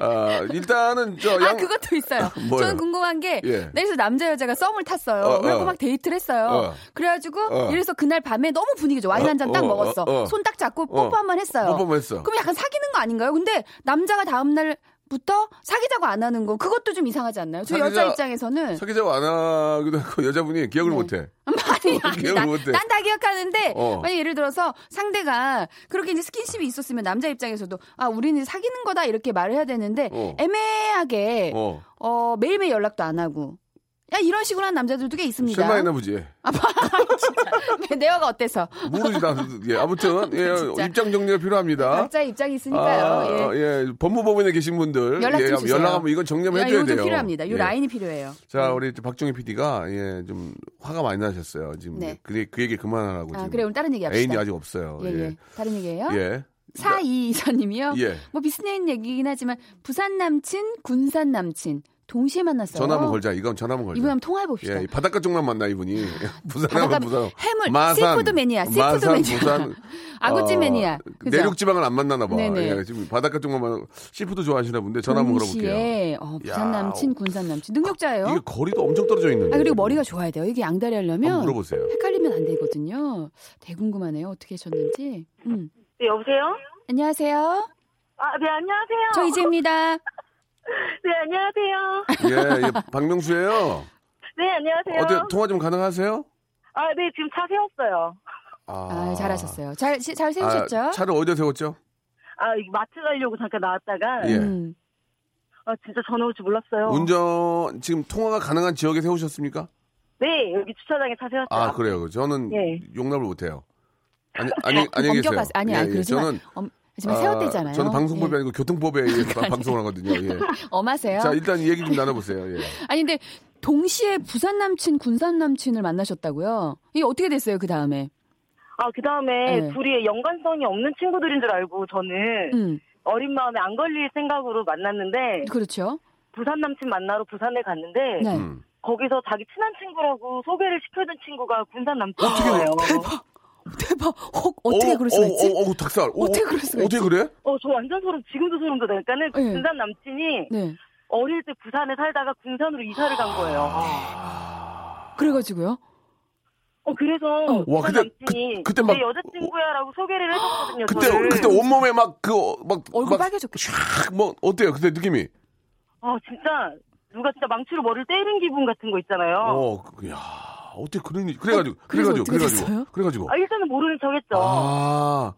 아 일단은 저
아
양.
그것도 있어요.
뭐요?
저는 궁금한 게
예.
그래서 남자 여자가 썸을 탔어요.
어,
그리고
어.
막 데이트를 했어요.
어.
그래가지고
어.
이래서 그날 밤에 너무 분위기 좋아 와인
어,
한 잔 딱
어,
먹었어.
어, 어.
손 딱 잡고
어.
뽀뽀 한 번 했어요.
뽀뽀 한번 했어.
그럼 약간 사귀는 거 아닌가요? 근데 남자가 다음 날부터 사귀자고 안 하는 거 그것도 좀 이상하지 않나요? 저
사귀자-
여자 입장에서는
사귀자고 안 하기도 하고 여자분이 기억을
네.
못해.
아니, 아니
기억을 못해.
난 다 기억하는데
어.
만약 예를 들어서 상대가 그렇게 이제 스킨십이 있었으면 남자 입장에서도 아 우리는 사귀는 거다 이렇게 말을 해야 되는데
어.
애매하게
어.
어, 매일매일 연락도 안 하고. 야, 이런 식으로 하는 남자들도 꽤 있습니다.
실망했나 보지. 예.
내화가 어때서?
모르지 나도. 예 아무튼 예
네, 진짜.
입장 정리가 필요합니다.
각자의 입장이 있으니까요.
아,
예.
예, 법무법인에 계신 분들
연락 좀
예,
주세요.
연락하면 이건 정리하면
야,
해줘야
이거 좀
돼요.
필요합니다. 이
예.
라인이 필요해요.
자, 우리 박종희 PD가 예, 좀 화가 많이 나셨어요. 지금
네.
그, 그 얘기 그만하라고
아,
지금.
그래, 오늘 다른 얘기 합시다.
애인이 아직 없어요.
예, 예. 다른 얘기예요?
예. 예.
사이 이사님이요.
예.
뭐 비슷한 얘기긴 하지만 부산 남친, 군산 남친 동시에 만났어요.
전화 한번 걸자. 이건 전화 한번 걸자.
이분 한번 통화해 봅시다.
예, 이 바닷가 쪽만 만나 이분이. 부산하면
바닷가
부산.
해물,
마산,
시푸드 매니아, 시푸드
마산,
매니아.
부산.
아구찜
어,
매니아. 그죠?
내륙 지방을 안 만나나 봐.
네네.
예, 지금 바닷가 쪽만 만나. 시푸드 좋아하시나 본데 전화 한번 걸어볼게요.
동시에 어, 부산
야,
남친, 군산 남친 능력자예요.
이게 거리도 엄청 떨어져 아, 있는데.
아 그리고 머리가 좋아야 돼요. 이게 양다리 하려면
한번 물어보세요.
헷갈리면 안 되거든요. 대궁금하네요. 어떻게 하셨는지. 음.
네, 여보세요?
안녕하세요.
아, 네, 안녕하세요.
저
아.
이제입니다.
네, 안녕하세요.
예, 예, 박명수예요.
네, 안녕하세요.
어때 통화 좀 가능하세요?
아, 네, 지금 차 세웠어요.
아, 잘하셨어요. 잘, 시- 잘 세우셨죠?
아, 차를 어디다 세웠죠?
아, 이 마트 가려고 잠깐 나왔다가
예.
음.
아, 진짜 전화 올 줄 몰랐어요.
운전 지금 통화가 가능한 지역에 세우셨습니까?
네, 여기 주차장에 차 세웠어요.
아 그래요. 저는
예.
용납을 못해요. 아니 아니 안녕히 계세요.
엄격하세- 아니, 아니, 그러지 마.
저는
엄- 하지만 세웠대잖아요.
저는 방송법이
예. 아,
아니고 교통법에 의해서 방송을 하거든요. 예.
엄하세요. 네.
자, 일단 얘기 좀 나눠보세요. 예.
아니 근데 동시에 부산 남친, 군산 남친을 만나셨다고요? 이게 어떻게 됐어요 그 다음에?
아, 그 다음에
네.
둘이 연관성이 없는 친구들인 줄 알고 저는
음,
어린 마음에 안 걸릴 생각으로 만났는데
그렇죠.
부산 남친 만나러 부산에 갔는데
네.
음.
거기서 자기 친한 친구라고 소개를 시켜준 친구가 군산
어떻게
남친이에요.
대박. 어, 어떻게
어,
그럴 수가
어,
있지?
어, 어, 어, 닭살. 어,
어떻게 그럴 수가
어떻게 그래?
어, 저 완전 소름, 지금도 소름 돋아니까는 그
네.
군산 남친이
네.
어릴 때 부산에 살다가 군산으로 이사를 간 거예요.
아.
그래가지고요.
어, 그래서
와,
부산
근데
남친이
그- 그때 막-
내 여자친구야라고 소개를 해줬거든요.
그때
저를.
그때 온몸에 막 그 막
얼굴 빨개졌겠죠.
뭐 어때요? 그때 느낌이?
아, 진짜 누가 진짜 망치로 머리를 때린 기분 같은 거 있잖아요.
어, 그- 야, 어떻게 그런 일- 그래가지고
그래서
그래가지고
어떻게 됐어요?
그래가지고 그래가지고
아, 일단은 모르는 척했죠.
아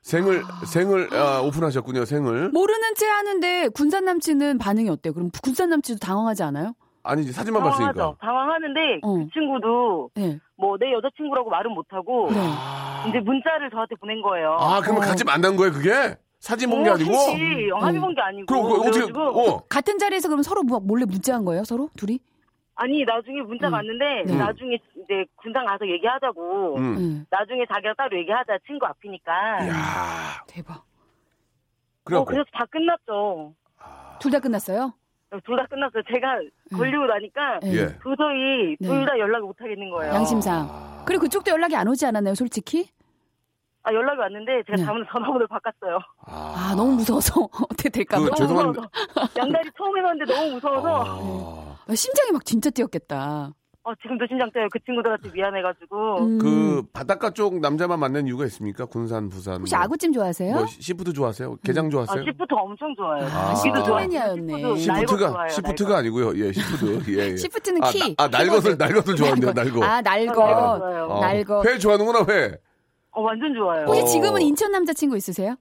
생을 생을 아, 오픈하셨군요. 생을
모르는 채 하는데 군산 남친은 반응이 어때요? 그럼 군산 남친도 당황하지 않아요?
아니 이제 사진만 봤으니까.
당황하죠. 당황하는데
어.
그 친구도
네.
뭐 내 여자친구라고 말은 못하고
네.
이제 문자를 저한테 보낸 거예요. 어,
아 그러면 같이 만난 거예요 그게? 사진 본 게 아니고?
같이 영화를
어.
본 게 아니고.
그럼 그 어떻게?
어, 그래가지고
어.
같은 자리에서 그럼 서로 막 몰래 문자한 거예요? 서로 둘이?
아니 나중에
음.
문자가 왔는데
네.
나중에 이제 군산 가서 얘기하자고.
음.
네.
나중에 자기랑 따로 얘기하자 친구 앞이니까.
야,
예. 대박.
그래.
네. 어, 그래서 다 끝났죠.
아,
둘 다 끝났어요?
둘 다 끝났어요. 제가 걸리고 나니까
네.
예.
도저히
음. 네.
둘 다 연락을 못 하겠는 거예요.
양심상. 아, 그리고 그쪽도 연락이 안 오지 않았나요, 솔직히?
아 연락이 왔는데 제가
네.
다음 전화번호를 바꿨어요.
아, 너무 무서워서 어떻게 될까 봐.
그 죄송한데.
무서워서. 양다리 처음 해봤는데 너무 무서워서
아,
심장이 막 진짜 뛰었겠다.
어, 지금도 심장 뛰어요. 그 친구들한테 미안해가지고
음.
그 바닷가 쪽 남자만 만난 이유가 있습니까? 군산, 부산.
혹시
뭐.
아구찜 좋아하세요?
뭐 시- 시푸드 좋아하세요? 게장
아,
좋아하세요?
시프트 엄청 좋아해요.
아,
고기도 좋아하고
시프트맨이었네.
시프트, 날것
시프트가
좋아해요,
시프트가 아니고요. 예, 시푸드. 예, 예.
시프트는
아,
키.
나- 아, 날것을
키보드.
날것을 좋아한대요. 날것.
날것. 아, 날것.
아, 날것.
어.
날것.
회 좋아하는구나 회.
날것. 어, 완전 좋아요.
어.
혹시 지금은 인천 남자친구 있으세요?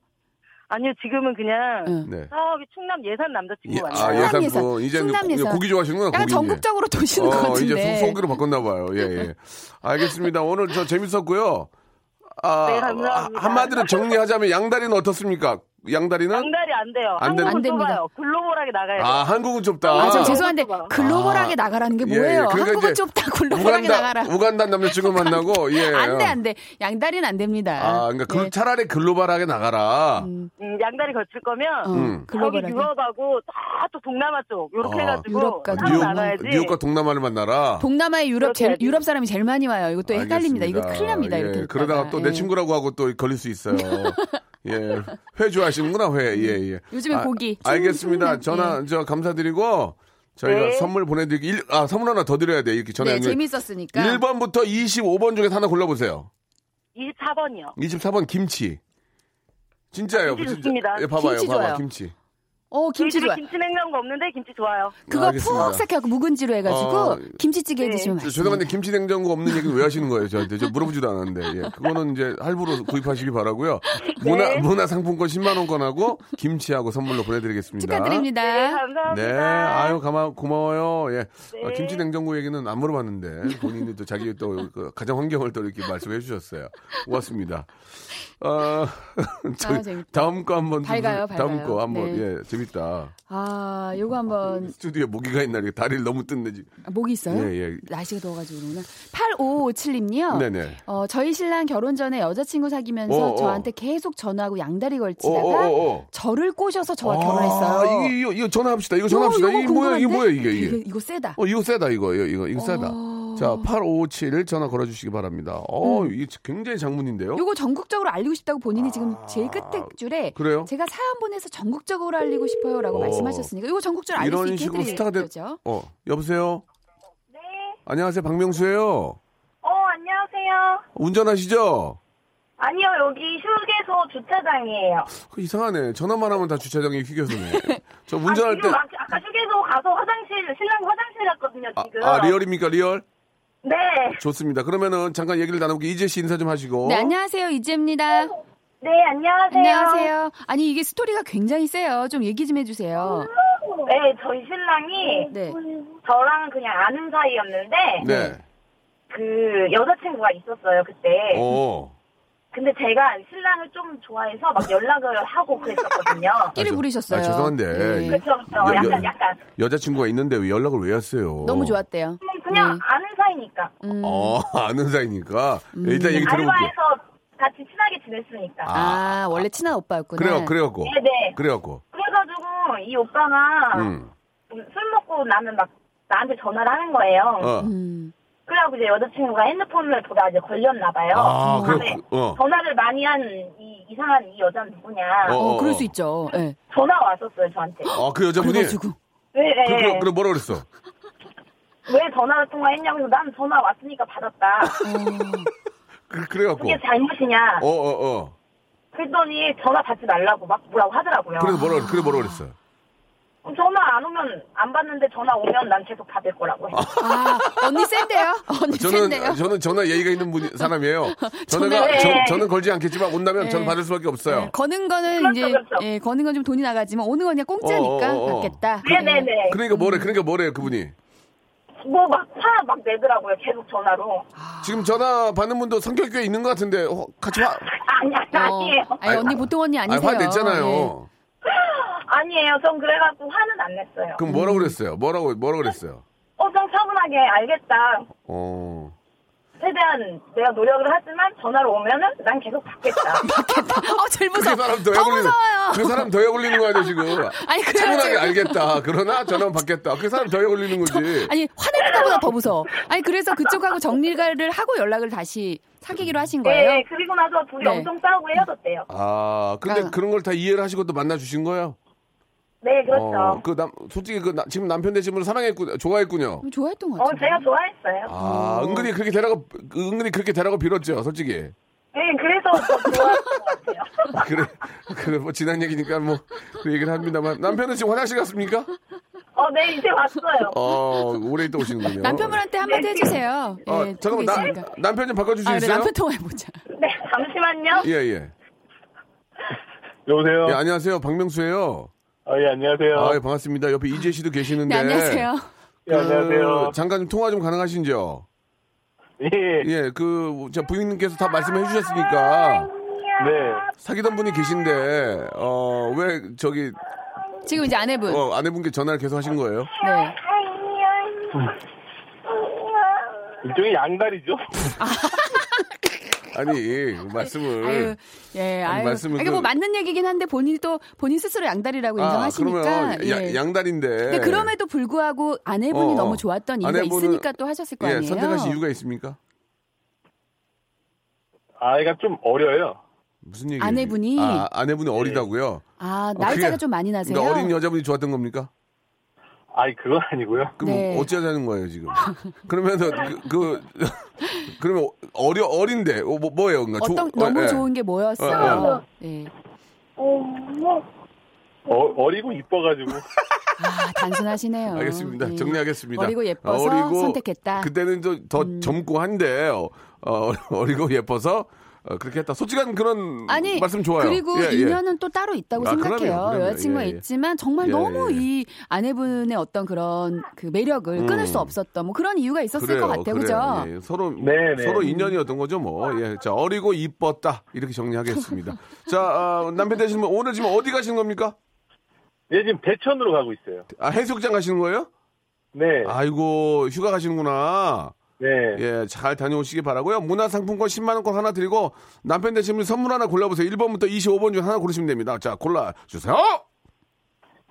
아니요 지금은 그냥
응.
네.
저기 충남 예산 남자친구
예,
만나요.
아
충남
예산
예산.
분 이제
충남 예산.
고기 좋아하시는구나
약간
고기.
전국적으로
이제.
도시는 것
어,
같은데.
이제 소- 소고기로 바꿨나 봐요. 예, 예. 알겠습니다. 오늘 저 재밌었고요. 아,
네, 감사합니다.
아, 한마디로 정리하자면 양다리는 어떻습니까? 양다리는
양다리 안 돼요.
안 돼요?
한국은
안 됩니다.
좁아요. 글로벌하게 나가야 돼요.
아 한국은 좁다.
아, 저
아.
죄송한데 글로벌하게
아.
나가라는 게
예, 예.
뭐예요?
그러니까
한국은
이제
좁다. 글로벌하게
우간다
나가라.
우간다 남자친구 만나고 예.
안 돼 안 돼. 양다리는 안 됩니다.
아, 그러니까 글-
예.
차라리 글로벌하게 나가라.
음, 양다리 걸칠 거면
어,
음.
거기
글로벌하게.
유럽하고 다또 동남아 쪽 이렇게
아,
해가지고
유럽까지.
따로
뉴욕,
나가야지.
뉴욕과 동남아를 만나라.
동남아의 유럽
그렇게
제일,
해야지.
유럽 사람이 제일 많이 와요. 이것도 헷갈립니다. 이거
알겠습니다.
큰일 납니다.
예,
이렇게 했다가.
그러다가 또 내
예.
친구라고 하고 또 걸릴 수 있어요. 예. 회 좋아하시는구나, 회. 예, 예.
음, 요즘에 고기. 음, 예.
알겠습니다.
충분히,
전화, 저, 감사드리고, 저희가
네.
선물 보내드리기, 일- 아, 선물 하나 더 드려야 돼. 이렇게 전화
네,
연결.
재밌었으니까.
1번부터 25번 중에서 하나 골라보세요.
24번이요.
24번 김치. 진짜예요.
김치
진짜.
좋습니다.
예, 봐봐요.
김치
봐봐,
좋아요.
김치.
어,
저희
김치
집에
좋아.
김치 냉장고 없는데 김치 좋아요.
그거
알겠습니다.
푹 삭혀갖고 묵은지로 해가지고
어,
김치찌개 해
네.
드시면 맛있어요.
죄송한데 김치 냉장고 없는 얘기는 왜 하시는 거예요 저한테 저 물어보지도 않았는데 예, 그거는 이제 할부로 구입하시기 바라고요
네.
문화 문화 상품권 10만 원권하고 김치하고 선물로 보내드리겠습니다
축하드립니다.
네,
네
감사합니다.
아유 가마 고마워요 예
네.
아, 김치 냉장고 얘기는 안 물어봤는데 본인이 또 자기 또그 가정 환경을 또 이렇게 말씀해 주셨어요 고맙습니다 어, 저희
아, 재밌다.
다음 거 한번 좀-
밝아요,
다음
밝아요.
거 한번
네.
예 재밌다
아, 요거 한번
스튜디오에 모기가 있나 이렇게 다리를 너무 뜯네 지금
아, 목이 있어요?
예, 예.
날씨가 더워가지고 그러구나. 8557님이요.
네네.
어, 저희 신랑 결혼 전에 여자친구 사귀면서
어, 어.
저한테 계속 전화하고 양다리 걸치다가
어어어어
저를 꼬셔서 저와
아,
결혼했어요. 어,
이거, 이거, 이거 전화합시다. 이거 전화합시다. 이거 뭐야, 이게 뭐야, 이게, 이게.
이거 세다.
어, 이거 세다, 이거. 이거, 이거, 이거 세다.
아.
자, 8557 전화 걸어주시기 바랍니다. 어, 이게 굉장히 장문인데요?
음. 요거 전국적으로 알리고 싶다고 본인이 지금 제일 끝에 줄에
아, 그래요?
제가 사연 보내서 전국적으로 알리고 싶어요라고
어.
말씀하셨으니까 요거 전국적으로 알릴 수
이런
있게
식으로
해드릴
스타가 된,
거죠.
어, 여보세요? 네. 안녕하세요, 박명수예요
어 안녕하세요.
운전하시죠?
아니요 여기 휴게소 주차장이에요.
그 이상하네. 전화만 하면 다 주차장에 휴게소네. 저 운전할 때.
아까 휴게소 가서 화장실 신랑 화장실 갔거든요
아, 아, 리얼입니까, 리얼?
네.
좋습니다. 그러면은 잠깐 얘기를 나누고 이재 씨 인사 좀 하시고.
네, 안녕하세요. 이지입니다.
네 안녕하세요.
안녕하세요. 아니 이게 스토리가 굉장히 세요. 좀 얘기 좀 해주세요.
어.
네 저희 신랑이
네.
저랑 그냥 아는 사이였는데
네.
그 여자친구가 있었어요 그때.
어.
근데 제가 신랑을 좀 좋아해서 막 연락을 하고 그랬었거든요.
끼를
저-
부리셨어요.
아, 죄송한데.
예.
그렇죠, 그렇죠.
여-
약간,
여-
약간.
여자친구가 있는데 왜 연락을 왜 했어요?
너무 좋았대요. 음.
그냥- 그냥
음.
네.
아는 사이니까. 음.
어, 아는 사이니까.
음.
일단 얘기 들어볼게요.
알바에서 같이 친하게 지냈으니까.
아, 원래 친한 오빠였구나.
그래요, 그래갖고.
네네.
그래갖고.
그래가지고 이 오빠가
음.
술 먹고 나면 막 나한테 전화를 하는 거예요.
어.
음.
그래갖고 이제 여자친구가 핸드폰을 보다 이제 걸렸나 봐요. 음.
아, 그래,
근데
그- 어.
전화를 많이 한 이 이상한 이 여자는 누구냐.
어.
어, 그럴 수 있죠. 예.
전화 왔었어요 저한테.
아, 그 여자분이.
그래가지고
왜,
그, 그, 그럼 뭐라 그랬어?
왜 전화를 통화했냐고 해서 난 전화 왔으니까 받았다.
어. 그, 그래갖고.
그게 잘못이냐.
어, 어, 어.
그랬더니 전화 받지 말라고 막 뭐라고 하더라고요.
그래서 뭐라, 그래, 뭐라 그랬어?
그럼 전화 안 오면 안 받는데 전화 오면 난 계속 받을 거라고 해요.
아, 언니 센데요? 언니 센데요?
아, 저는, 저는 전화 예의가 있는 분, 사람이에요. 전화가,
전화를-
저, 저는 걸지 않겠지만, 온다면 저는 받을 수 밖에 없어요.
네, 거는 거는
그렇죠,
이제
그렇죠.
예, 거는 건 좀 돈이 나가지만 오는 건 그냥
어, 어,
공짜니까
어, 어.
받겠다. 예.
네네네.
그러니까 뭐래, 그러니까 뭐래, 그분이.
뭐 막 화 막 내더라고요. 계속 전화로.
지금 전화 받는 분도 성격이 꽤 있는 것 같은데, 어, 같이 화,
아니 아니
어,
아니에요.
아니 언니 보통 언니
아니,
아니세요? 예.
화냈잖아요.
아니에요. 전 그래갖고 화는 안 냈어요.
그럼 뭐라 그랬어요? 뭐라고, 뭐라 그랬어요?
어, 좀 차분하게 알겠다.
어.
최대한 내가 노력을 하지만 전화로 오면은 난 계속 받겠다.
어, 제일
그
무서워.
사람 더약
더
올리는
무서워요.
그 사람 더약 올리는 거 아니야 지금?
아니, 그래가지고-
차분하게 알겠다. 그러나 전화 받겠다. 그 사람 더약 올리는 거지.
아니 화내는 것보다 더 무서워. 아니 그래서 그쪽하고 정리를 하고 연락을 다시 사귀기로 하신 거예요?
네, 그리고 나서 둘이
네.
엄청 싸우고 헤어졌대요.
아 근데
그러니까-
그런 걸 다 이해를 하시고 또 만나 주신 거예요?
네, 그렇죠.
어, 그 남, 솔직히 그 나- 지금 남편 되신 분을 사랑했군, 좋아했군요.
그럼 좋아했던 것
어,
같아요.
제가 좋아했어요.
아
음.
은근히 그렇게 되라고 은근히 그렇게 되라고 빌었죠, 솔직히.
네, 그래서 더 좋아했던 것 같아요.
그래 그래 뭐 지난 얘기니까 뭐 그 얘기를 합니다만 남편은 지금 화장실 갔습니까?
어, 네, 이제 왔어요.
어 오래 있다 오시는군요.
남편분한테
네.
한마디 해주세요.
어,
예, 듣고
잠깐만
계시니까.
나, 남편 좀 바꿔줄 수
아, 그래,
있어요?
남편 통화해보자.
네, 잠시만요.
예 예.
여보세요.
예, 안녕하세요. 박명수예요.
아, 예, 안녕하세요.
아, 예, 반갑습니다. 옆에 이재 씨도 계시는데.
네, 안녕하세요.
예, 안녕하세요.
그, 잠깐 좀 통화 좀 가능하신지요?
예,
예, 그, 저 부인님께서 다 말씀해 주셨으니까,
네.
사귀던 분이 계신데, 어, 왜 저기,
지금 이제 아내분.
어, 아내분께 전화를 계속 하신 거예요?
네.
일종의 양다리죠?
아니, 말씀을.
아유, 예, 아유.
네. 말씀을
이게 뭐
그-
맞는 얘기긴 한데 본인 또 본인 스스로 양다리라고 뭐 인정하시니까.
아, 그러면
예.
야- 양다리인데. 네.
근데 그럼에도 불구하고 아내분이
어,
너무
어.
좋았던 이유가
아내분은-
있으니까 또 하셨을 거
예,
아니에요?
선택하신 이유가 있습니까?
아이가 좀 어려요.
무슨 얘기예요?
아내분이-
아, 아내분이 어리다고요?
아,
어,
나이차가
그게-
좀 많이 나세요?
그러니까 어린 여자분이 좋았던 겁니까?
아이, 그건 아니고요.
그럼
네.
어쩌자는 거예요 지금? 그러면 그, 그 그러면 어려 어린데 어, 뭐 뭐예요? 그러니까
어떤
조-
너무
예.
좋은 게 뭐였어?
어,
어.
예.
어, 어리고 이뻐가지고.
아, 단순하시네요.
알겠습니다.
예.
정리하겠습니다. 아,
어리고 예뻐서 선택했다. 음.
그때는 좀 더 젊고 한데 어, 어, 어리고 예뻐서 어, 그렇게 했다. 솔직한 그런
아니
말씀 좋아요.
그리고
예, 예.
인연은 또 따로 있다고
아,
생각해요.
그럼요, 그럼요.
여자친구가
예, 예.
있지만 정말
예,
너무
예.
이 아내분의 어떤 그런 그 매력을 끊을 수 없었던 뭐 그런 이유가 있었을
음. 그래요,
것 같아요.
그래요.
그죠?
예, 서로
네, 네.
서로 인연이었던 거죠, 뭐. 예, 자 어리고 이뻤다 이렇게 정리하겠습니다. 자 어, 남편 되시는 분 오늘 지금 어디 가시는 겁니까?
얘 지금 대천으로 가고 있어요.
아, 해수욕장 가시는 거예요?
네.
아이고 휴가 가시는구나.
네.
예, 잘 다녀오시기 바라고요. 문화상품권 10만 원권 하나 드리고 남편 되신 분 선물 하나 골라보세요. 1번부터 25번 중 하나 고르시면 됩니다. 자, 골라 주세요.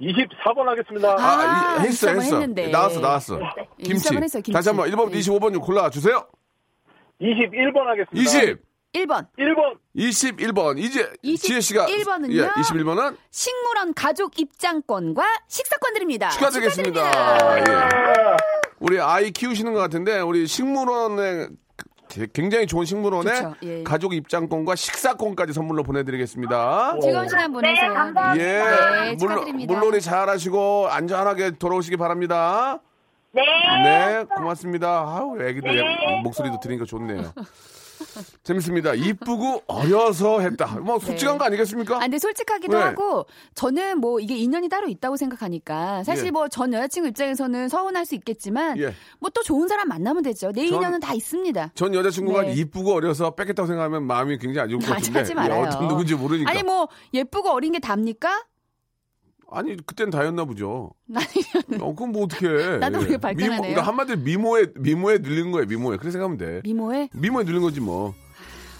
24번 하겠습니다.
아,
이- 했어,
입사만
했어.
했는데.
나왔어, 나왔어.
예,
김치.
입사만 했어요, 김치.
다시 한번 1번부터
예.
25번 중 골라 주세요.
21번
네.
하겠습니다.
20,
1번
1번.
21번. 이제
20,
지혜 씨가
일 번은요? 아,
예, 21번은
식물원 가족 입장권과 식사권 드립니다.
축하드리겠습니다.
축하드립니다.
예. 우리 아이 키우시는 것 같은데 우리 식물원에 게- 굉장히 좋은 식물원에
좋죠. 예.
가족 입장권과 식사권까지 선물로 보내드리겠습니다.
즐거운 시간 보내세요.
네, 감사합니다.
예,
네,
물론,
축하드립니다.
물놀이 잘하시고 안전하게 돌아오시기 바랍니다.
네.
네, 고맙습니다. 아우, 애기들
네.
어, 목소리도 들으니까 좋네요. 재밌습니다. 이쁘고 어려서 했다. 뭐 솔직한 거 아니겠습니까?
아, 근데 솔직하기도
네.
하고 저는 뭐 이게 인연이 따로 있다고 생각하니까 사실
예.
뭐 전 여자친구 입장에서는 서운할 수 있겠지만
예.
뭐 또 좋은 사람 만나면 되죠. 내
전-
인연은 다 있습니다.
전 여자친구가
네.
이쁘고 어려서 뺏겠다고 생각하면 마음이 굉장히 안 좋을 것
아니,
같은데
하지 말아요.
어떤 누군지 모르니까
아니
아니,
뭐 예쁘고 어린 게 답니까?
그땐 다였나 보죠.
아니
어 그럼 뭐 어떻게 해?
나도 모르게 발끈하네요.
미모, 그러니까 한마디 미모에 미모에 늘린 거예요. 미모에 그렇게 생각하면 돼.
미모에
미모에 늘린 거지 뭐.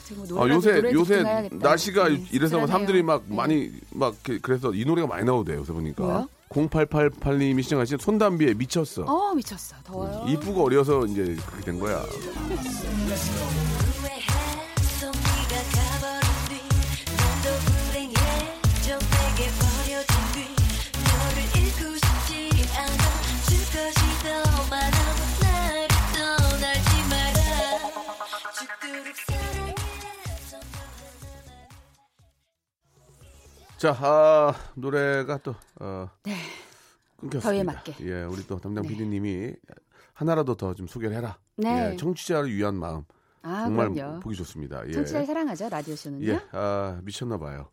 지금
아,
노래
요새
노래
요새
집중해야겠다.
날씨가
음,
이래서 막
씁쓸하네요.
사람들이 막 많이 막 이렇게 그래서 이 노래가 많이 나오대요. 요새 보니까
뭐요?
0888님이 시청하신 손담비에 미쳤어.
어 미쳤어 더워요.
이쁘고 어려서 이제 그렇게 된 거야.
후회했어 네가 가버린 뒤 난도 불행해져 내게 버려진 뒤 너를 잃고 싶지 않아 줄 것이 더 많아 나를 떠나지 마라 죽도록 사랑해서
자, 아, 노래가 또 어, 끊겼습니다.
더위에 네. 맞게.
예, 우리 또 담당 PD님이 하나라도 더 좀 소개를 해라.
네.
예, 청취자를 위한 마음.
아
정말
그럼요.
보기 좋습니다. 예.
청취자를 사랑하죠 라디오 쇼는요.
예, 아 미쳤나 봐요.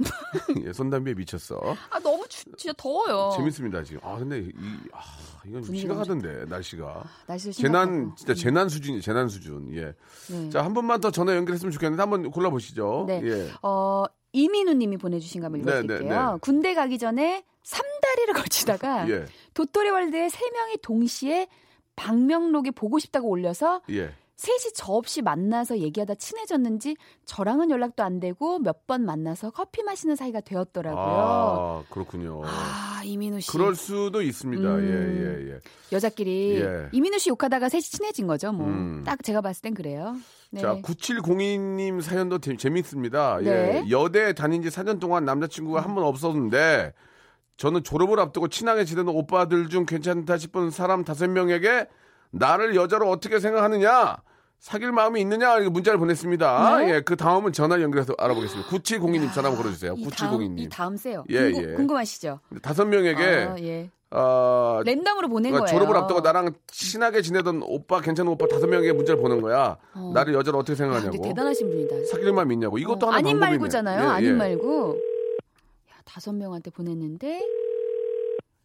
예, 손담비에 미쳤어.
아 너무 추- 진짜 더워요.
재밌습니다 지금. 아 근데 이 아, 이건 좀
어. 분위기가 음.
심각하던데 날씨가.
날씨도
재난
심각하고.
진짜 재난 수준이 재난 수준. 예.
네.
자 한 분만 더 전화 연결했으면 좋겠는데 한 번 골라보시죠.
네.
예.
어, 이민우 님이 보내주신 거 한번
네,
읽어드릴게요.
네, 네.
군대 가기 전에 삼다리를 거치다가
예.
도토리월드에 세명이 동시에 박명록에 보고 싶다고 올려서
예.
셋이 저 없이 만나서 얘기하다 친해졌는지 저랑은 연락도 안 되고 몇 번 만나서 커피 마시는 사이가 되었더라고요.
아 그렇군요.
아, 이민우 씨.
그럴 수도 있습니다.
음.
예, 예, 예.
여자끼리
예.
이민우 씨 욕하다가 셋이 친해진 거죠. 뭐.
음.
딱 제가 봤을 땐 그래요. 네.
자, 9702님 사연도 재- 재밌습니다.
네.
예. 여대 다닌 지 4년 동안 남자친구가 한 번 없었는데, 저는 졸업을 앞두고 친하게 지내는 오빠들 중 괜찮다 싶은 사람 다섯 명에게 나를 여자로 어떻게 생각하느냐? 사귈 마음이 있느냐? 이렇게 문자를 보냈습니다.
네.
예, 그 다음은 전화 연결해서 알아보겠습니다. 9702님 전화 한번 걸어주세요.
이 다음, 이
9702님.
다음 세요.
예,
궁금,
예.
궁금하시죠?
다섯 명에게,
어, 예.
아,
랜덤으로 보낸
그러니까
거예요.
졸업을 앞두고 나랑 친하게 지내던 오빠, 괜찮은 오빠 다섯 명에게 문자를 보낸 거야.
어.
나를 여자로 어떻게
아, 근데
생각하냐고.
대단하신 분이다.
사귈 마음 있냐고. 이것도
어,
하나
아닌
방법이네.
말고잖아요.
예,
아닌
예.
말고. 야, 다섯 명한테 보냈는데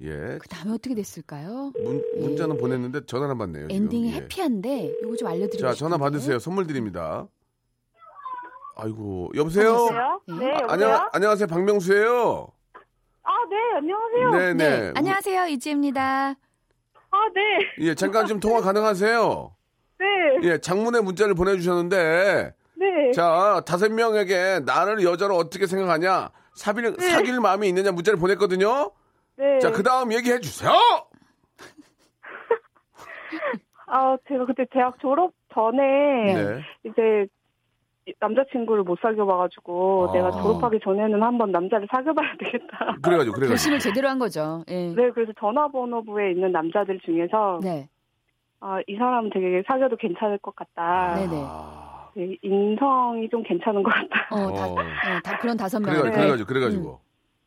예.
그 다음에 어떻게 됐을까요?
문, 문자는 보냈는데 전화는 안 받네요. 지금.
엔딩이
예.
해피한데 이거 좀 알려드리고
자,
싶은데.
전화 받으세요. 선물 드립니다. 아이고, 여보세요?
네, 여보세요?
안녕, 안녕하세요. 박명수예요.
아, 네, 안녕하세요.
네, 네. 문-
안녕하세요, 이지입니다.
아, 네.
예, 잠깐 좀 통화 가능하세요?
네.
예, 장문의 문자를 보내주셨는데,
네.
자, 다섯 명에게 나를 여자로 어떻게 생각하냐, 사귈, 사귈 마음이 있느냐 문자를 보냈거든요?
네.
자, 그 다음 얘기해 주세요!
아, 제가 그때 대학 졸업 전에
네.
이제 남자친구를 못 사귀어봐가지고
아.
내가 졸업하기 전에는 한번 남자를 사귀어봐야 되겠다.
그래가지고, 그래가지고.
결심을 제대로 한 거죠. 예.
네, 그래서 전화번호부에 있는 남자들 중에서
네.
아, 이 사람 되게 사귀어도 괜찮을 것 같다.
네, 네.
아,
네, 인성이 좀 괜찮은 것 같다.
어, 다,
어.
어, 다 그런 다섯 명.
그래가지고,
네.
그래가지고, 그래가지고.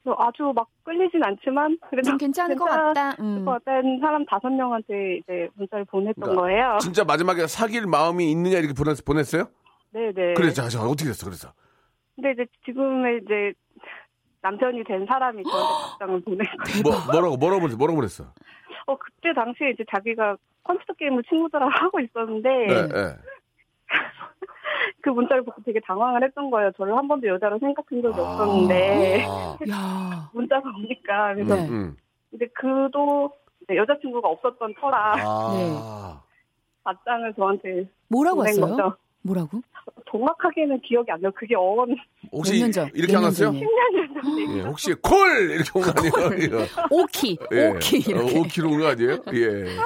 그래서 아주 막 끌리진 않지만 그래도
좀 괜찮을 것
괜찮을
같다. 음.
것 같다는 사람 다섯 명한테 이제 문자를 보냈던
그러니까
거예요.
진짜 마지막에 사귈 마음이 있느냐 이렇게 보냈, 보냈어요?
네네.
그래, 자, 자, 어떻게 됐어, 그래서.
근데 이제 지금의 이제 남편이 된 사람이 저한테 답장을 보내고
뭐, 뭐라고, 뭐라고 보냈어, 뭐라고 보냈어?
어 그때 당시에 이제 자기가 컴퓨터 게임을 친구들하고 하고 있었는데
네.
예, 예.
그 문자를 보고 되게 당황을 했던 거예요. 저를 한 번도 여자로 생각한
아.
적이 없었는데
아,
야.
문자가 오니까
음,
그래서
네.
음.
이제 그도 이제 여자친구가 없었던 터라
아.
네.
답장을 저한테
뭐라고
보낸
했어요?
거죠.
뭐라고?
정확하게는 기억이 안 나요. 그게 어원
혹시
몇년 전?
이렇게
몇
안
년
왔어요?
전이에요?
10년 전에
예, 혹시 콜! 이렇게 온 거 아니에요?
오키,
예.
오키 이렇게.
5kg 온거 아니에요? 예.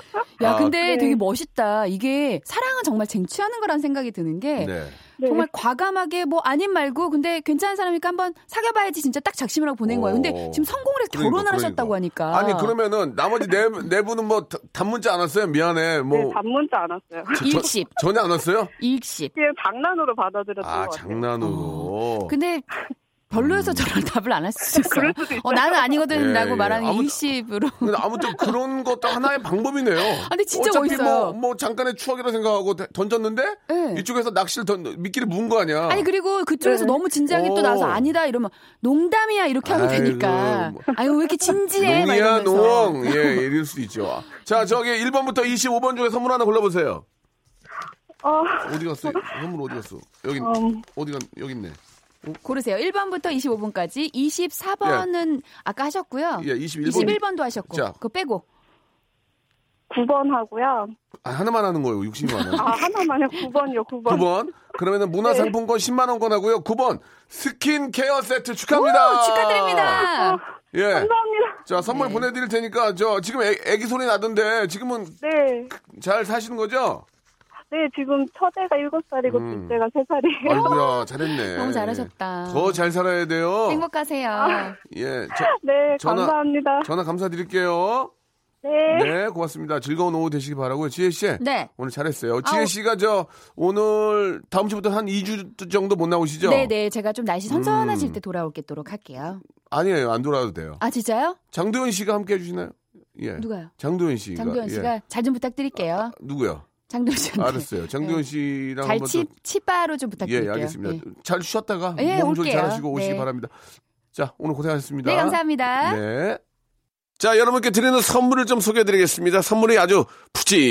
야,
아,
근데
네.
되게 멋있다. 이게 사랑은 정말 쟁취하는 거라는 생각이 드는 게
네.
네.
정말 과감하게 뭐 아닌 말고 근데 괜찮은 사람이니까 한번 사귀어봐야지 진짜 딱 작심을 하고 보낸 거예요. 근데
오.
지금 성공을 해서 결혼을
어. 그러니까,
하셨다고
그러니까.
하니까.
아니, 그러면은 나머지 네, 네 분은 뭐 다- 단문자 안 왔어요? 미안해.
네,
뭐.
단문자 네, 안 왔어요.
일십,
전혀 안 왔어요?
일십.
그냥 장난으로 받아들였던
아,
어.
것 같아요.
장난으로.
근데 별로여서 저런 답을 안 할 수도 있어요. 어, 나는 아니거든이라고
음. 예, 예.
말하는
아무튼- 어.
일시으로.
근데 아무튼 그런 것도 하나의 방법이네요. 아,
근데 진짜
어차피
멋있어요. 네.
뭐, 뭐 잠깐의 추억이라 생각하고 데- 던졌는데 이쪽에서 낚시를 던 미끼를 문 거 아니야.
아니 그리고 그쪽에서
네.
너무 진지하게 또 나와서
어.
아니다 이러면 농담이야 이렇게 하면
아이고,
되니까.
뭐.
아니 왜 이렇게 진지해? 네, 막
농이야
이러면서.
농. 예, 예, 이럴 수도 있죠. 자, 저기 1번부터 25번 중에 선물 하나 골라보세요.
어, 음.
어디 갔어? 선물 어디 갔어? 여기 어디 갔? 여기 있네.
고르세요. 1번부터 25번까지 24번은 아까 하셨고요.
예, 21번.
21번도 하셨고.
자.
그거 빼고.
9번 하고요.
아, 하나만 하는 거예요. 60만 원.
아, 하나만요. 9번이요, 9번. 네.
9번. 그러면은 문화상품권 10만 원권 하고요. 9번 스킨케어 세트 축하합니다.
오, 축하드립니다. 네.
예.
감사합니다.
자 선물 보내드릴 테니까 저 지금 애, 기 소리 나던데 지금은
네.
잘 사시는 거죠?
네, 지금 첫애가 7살이고
음.
둘째가 3살이에요.
아이고야 잘했네.
너무 잘하셨다.
더 잘 살아야 돼요.
행복하세요.
예. 저-
네,
전화-
감사합니다.
전화 감사드릴게요.
네.
네, 고맙습니다. 즐거운 오후 되시기 바라고요. 지혜 씨.
네.
오늘 잘했어요.
아우.
지혜 씨가 저 오늘 다음 주부터 한 2주 정도 못 나오시죠? 음.
네, 네. 제가 좀 날씨 선선해질 때 돌아오겠도록 할게요.
아니에요. 안 돌아도 돼요.
아, 진짜요?
장도연 씨가 함께 해 주시나요? 예.
누가요?
장도연 씨가.
장도연 씨가
예.
잘 좀 부탁드릴게요.
누구요?
장도연 씨.
알았어요. 장도연 씨랑
잘
한번
치,
또-
치바로 좀 부탁드릴게요.
예, 알겠습니다.
예.
잘 쉬었다가
예,
몸조리
올게요.
잘하시고 오시기
네.
바랍니다. 자, 오늘 고생하셨습니다.
네, 감사합니다.
네. 자, 여러분께 드리는 선물을 좀 소개해 드리겠습니다. 선물이 아주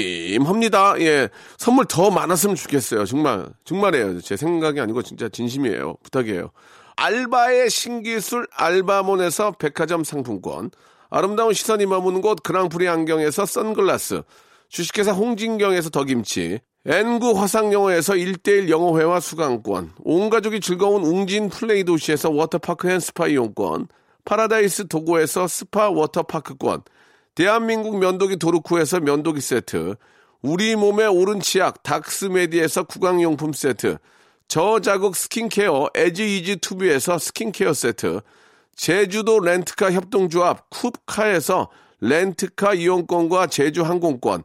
푸짐합니다. 예. 선물 더 많았으면 좋겠어요. 정말, 정말이에요. 제 생각이 아니고 진짜 진심이에요. 부탁이에요. 알바의 신기술 알바몬에서 백화점 상품권. 아름다운 시선이 머무는 곳 그랑프리 안경에서 선글라스. 주식회사 홍진경에서 더김치. N구 화상영어에서 1대1 영어회화 수강권. 온 가족이 즐거운 웅진 플레이 도시에서 워터파크 앤 스파 이용권. 파라다이스 도고에서 스파 워터파크권, 대한민국 면도기 도르쿠에서 면도기 세트, 우리 몸의 오른 치약 닥스메디에서 구강용품 세트, 저자극 스킨케어 에지이지 투비에서 스킨케어 세트, 제주도 렌트카 협동조합 쿱카에서 렌트카 이용권과 제주 항공권,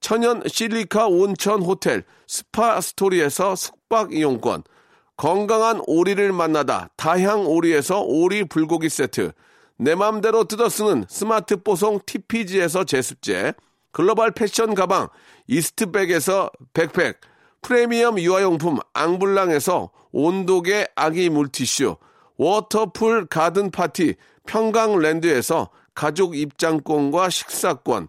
천연 실리카 온천 호텔 스파 스토리에서 숙박 이용권 건강한 오리를 만나다 다향 오리에서 오리 불고기 세트 내 맘대로 뜯어 쓰는 스마트 뽀송 TPG에서 제습제 글로벌 패션 가방 이스트백에서 백팩 프리미엄 유아용품 앙블랑에서 온도계 아기 물티슈 워터풀 가든 파티 평강랜드에서 가족 입장권과 식사권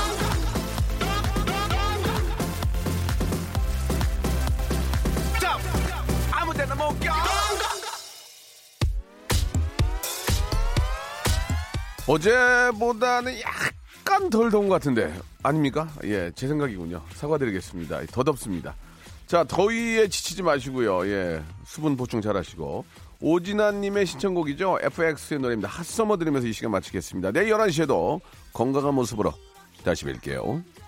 아무데나 못 가.
어제보다는 약간 덜 더운 것 같은데 아닙니까? 예, 제 생각이군요. 사과드리겠습니다. 더 덥습니다. 자, 더위에 지치지 마시고요. 예, 수분 보충 잘 하시고. 오진아님의 신청곡이죠. FX의 노래입니다. 핫서머 들으면서 이 시간 마치겠습니다. 내일 11시에도 건강한 모습으로 다시 뵐게요.
그